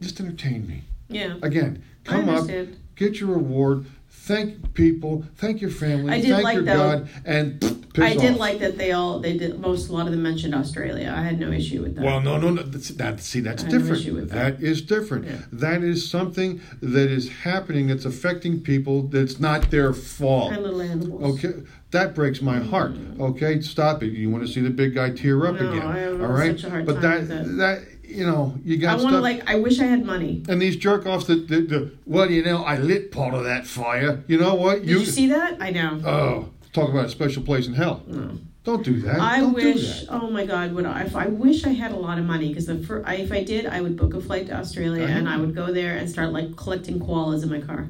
just entertain me Yeah. again, I come up, understand. get your award, thank people, thank your family, I did thank like your that. God, and piss I did off. like that they all they did most a lot of them mentioned Australia. I had no issue with that. Well, no, no, no. That's, that see, that's I have no different. issue with that is different. Yeah. That is something that is happening that's affecting people. That's not their fault. and little animals. Okay, that breaks my heart. Okay, stop it. You want to see the big guy tear up Mm-hmm. No, again? I have all right, such a hard but time that with that you know you I got want to stuff. like. I wish I had money. and these jerk offs that the, the well, you know, I lit part of that fire. You know what? Did you, see that? I know. Oh, talk about a special place in hell. Oh. Don't do that. I Don't do wish. that. Oh my God! Would I? If I wish I had a lot of money because the fir- I, if I did, I would book a flight to Australia I know. and I would go there and start like collecting koalas in my car.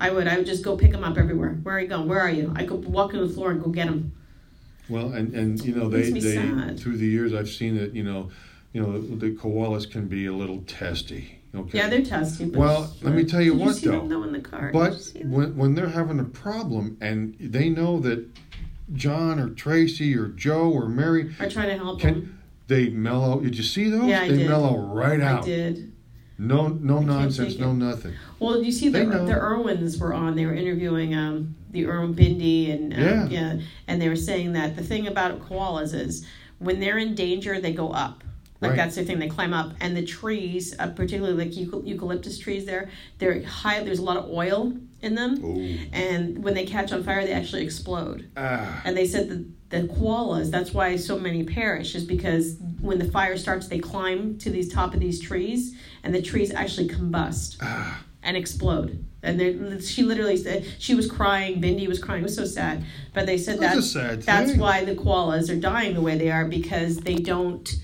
I would. I would just go pick them up everywhere. Where are you going? Where are you? I could walk on the floor and go get them. Well, and and you know they Makes me they sad. through the years I've seen that you know, you know the, koalas can be a little testy. Okay. Yeah, they're testing. But Well, let me tell you Did what, see them, though. though in the car. Did you But see them? when when they're having a problem and they know that John or Tracy or Joe or Mary are trying to help them. can. They mellow. Did you see those? Yeah, I they did. mellow right I out. did. No, no nonsense. take No it. nothing. Well, did you see the They know. the Irwins were on? They were interviewing um, the Irwin Bindi and um, Yeah. yeah. and they were saying that the thing about koalas is when they're in danger, they go up. Like Right. that's the thing they climb up, and the trees, uh, particularly like eucal- eucalyptus trees, there they're high. There's a lot of oil in them, Ooh. and when they catch on fire, they actually explode. Ah, And they said that the koalas, that's why so many perish, is because when the fire starts, they climb to these top of these trees, and the trees actually combust Ah. and explode. And then she literally said she was crying. Bindi was crying. It was so sad. But they said That's a that sad that's thing. why the koalas are dying the way they are because they don't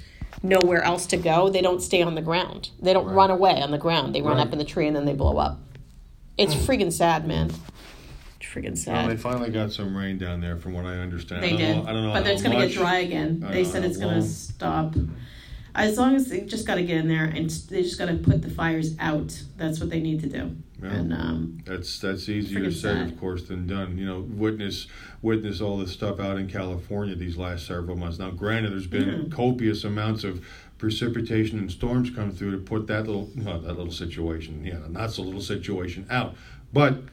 know where else to go. They don't stay on the ground. They don't run away on the ground. They run Right. Oh. up in the tree and then they blow up. It's freaking sad, man. It's freaking well, sad. they finally got some rain down there, from what I understand. They I don't did. Know, I don't know. But how it's going to much. get dry again. I They don't said know it's how going long. to stop. As long as they just got to get in there and s- they just got to put the fires out. That's what they need to do. Yeah. And um, That's that's easier Freaking said, sad. of course, than done. You know, witness witness all this stuff out in California these last several months. Now, granted, there's been Mm. copious amounts of precipitation and storms come through to put that little well, that little situation, yeah, not so little situation out. But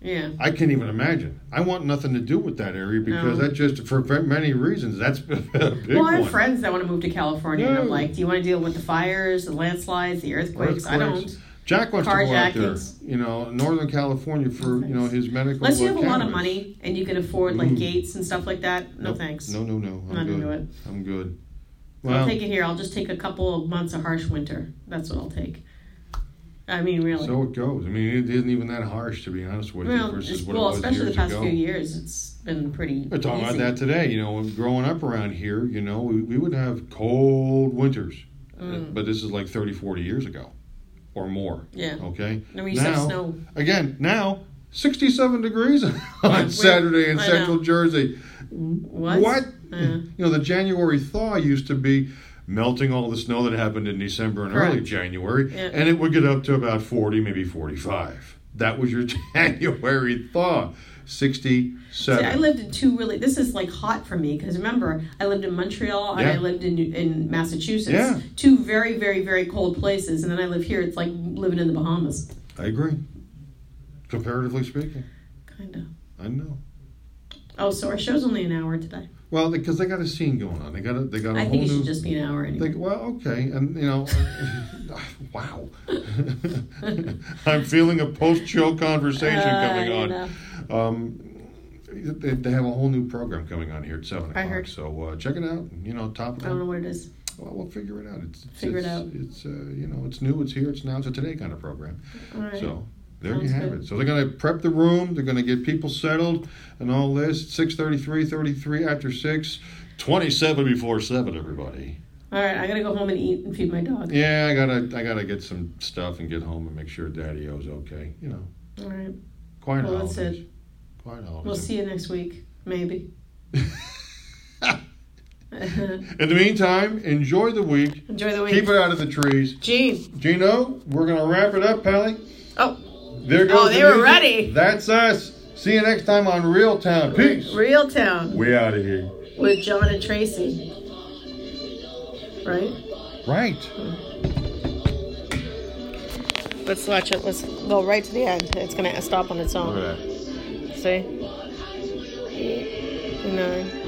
yeah. I can't even imagine. I want nothing to do with that area because No. that just for ve- many reasons that's a big Well, I one. have friends that want to move to California, and I'm Yeah. like, do you want to deal with the fires, the landslides, the earthquakes? I Earthquakes. don't. Jack wants to go out there, Carjackings. you know, Northern California for you know his medical. Unless you have a lot of cameras. money and you can afford like gates and stuff like that. No Mm. Nope. thanks. No, no, no. I'm Not good. into it. I'm good. I'll Well, take it here. I'll just take a couple of months of harsh winter. That's what I'll take. I mean, really. so it goes. I mean, it isn't even that harsh, to be honest with you, well, versus it's- what well it was especially the years past ago. few years, it's been pretty. We're talking easy. about that today. You know, when growing up around here, you know, we, we would have cold winters, Mm. Uh, but this is like 30, 40 years ago, or more. Yeah. Okay. And we used to have snow. Again, now. 67 degrees on Wait, Saturday in I central know. Jersey. What? Uh, What? Yeah. You know, the January thaw used to be melting all the snow that happened in December and early Correct. January, Yeah. and it would get up to about 40, maybe 45. That was your January thaw. 67. See, I lived in two really. This is like hot for me because remember, I lived in Montreal and Yeah. I lived in in Massachusetts. Yeah. Two very, very, very cold places, and then I live here. It's like living in the Bahamas, I agree. Comparatively speaking, kind of. I know. Oh, so our show's only an hour today. Well, because they got a scene going on. They got a, they got a I whole think it new. should just be an hour anyway. Like, well, okay, and you know, ah, wow. I'm feeling a post-show conversation Uh, coming you on. know. Um, they, they have a whole new program coming on here at seven I o'clock. heard. So uh, check it out. You know, top of I don't know the what it is. Well, we'll figure it out. It's, it's- Figure it it's, out. It's uh, you know, it's new, it's here, it's now, it's a today kind of program. All right. So there Sounds you have good. it. So they're going to prep the room. They're going to get people settled and all this. 6.33, 33 after 6, 27 before 7, everybody. All right, I gotta go home and eat and feed my dog. Yeah, I got to I gotta get some stuff and get home and make sure Daddy O's okay. You know, All right, quiet Well, that's holidays. Quiet holidays. we'll see you next week, maybe. Enjoy In the meantime, enjoy the week. the week. Keep it out of the trees. Gene. Gino, we're going to wrap it up, Pally. Oh, There goes Oh, the they were music. ready. That's us. See you next time on Real Town. Peace. Real Town We out of here. with John and Tracy. Right? Right. Let's watch it. Let's go right to the end. It's gonna stop on its own. Look at that. See? Eight, nine.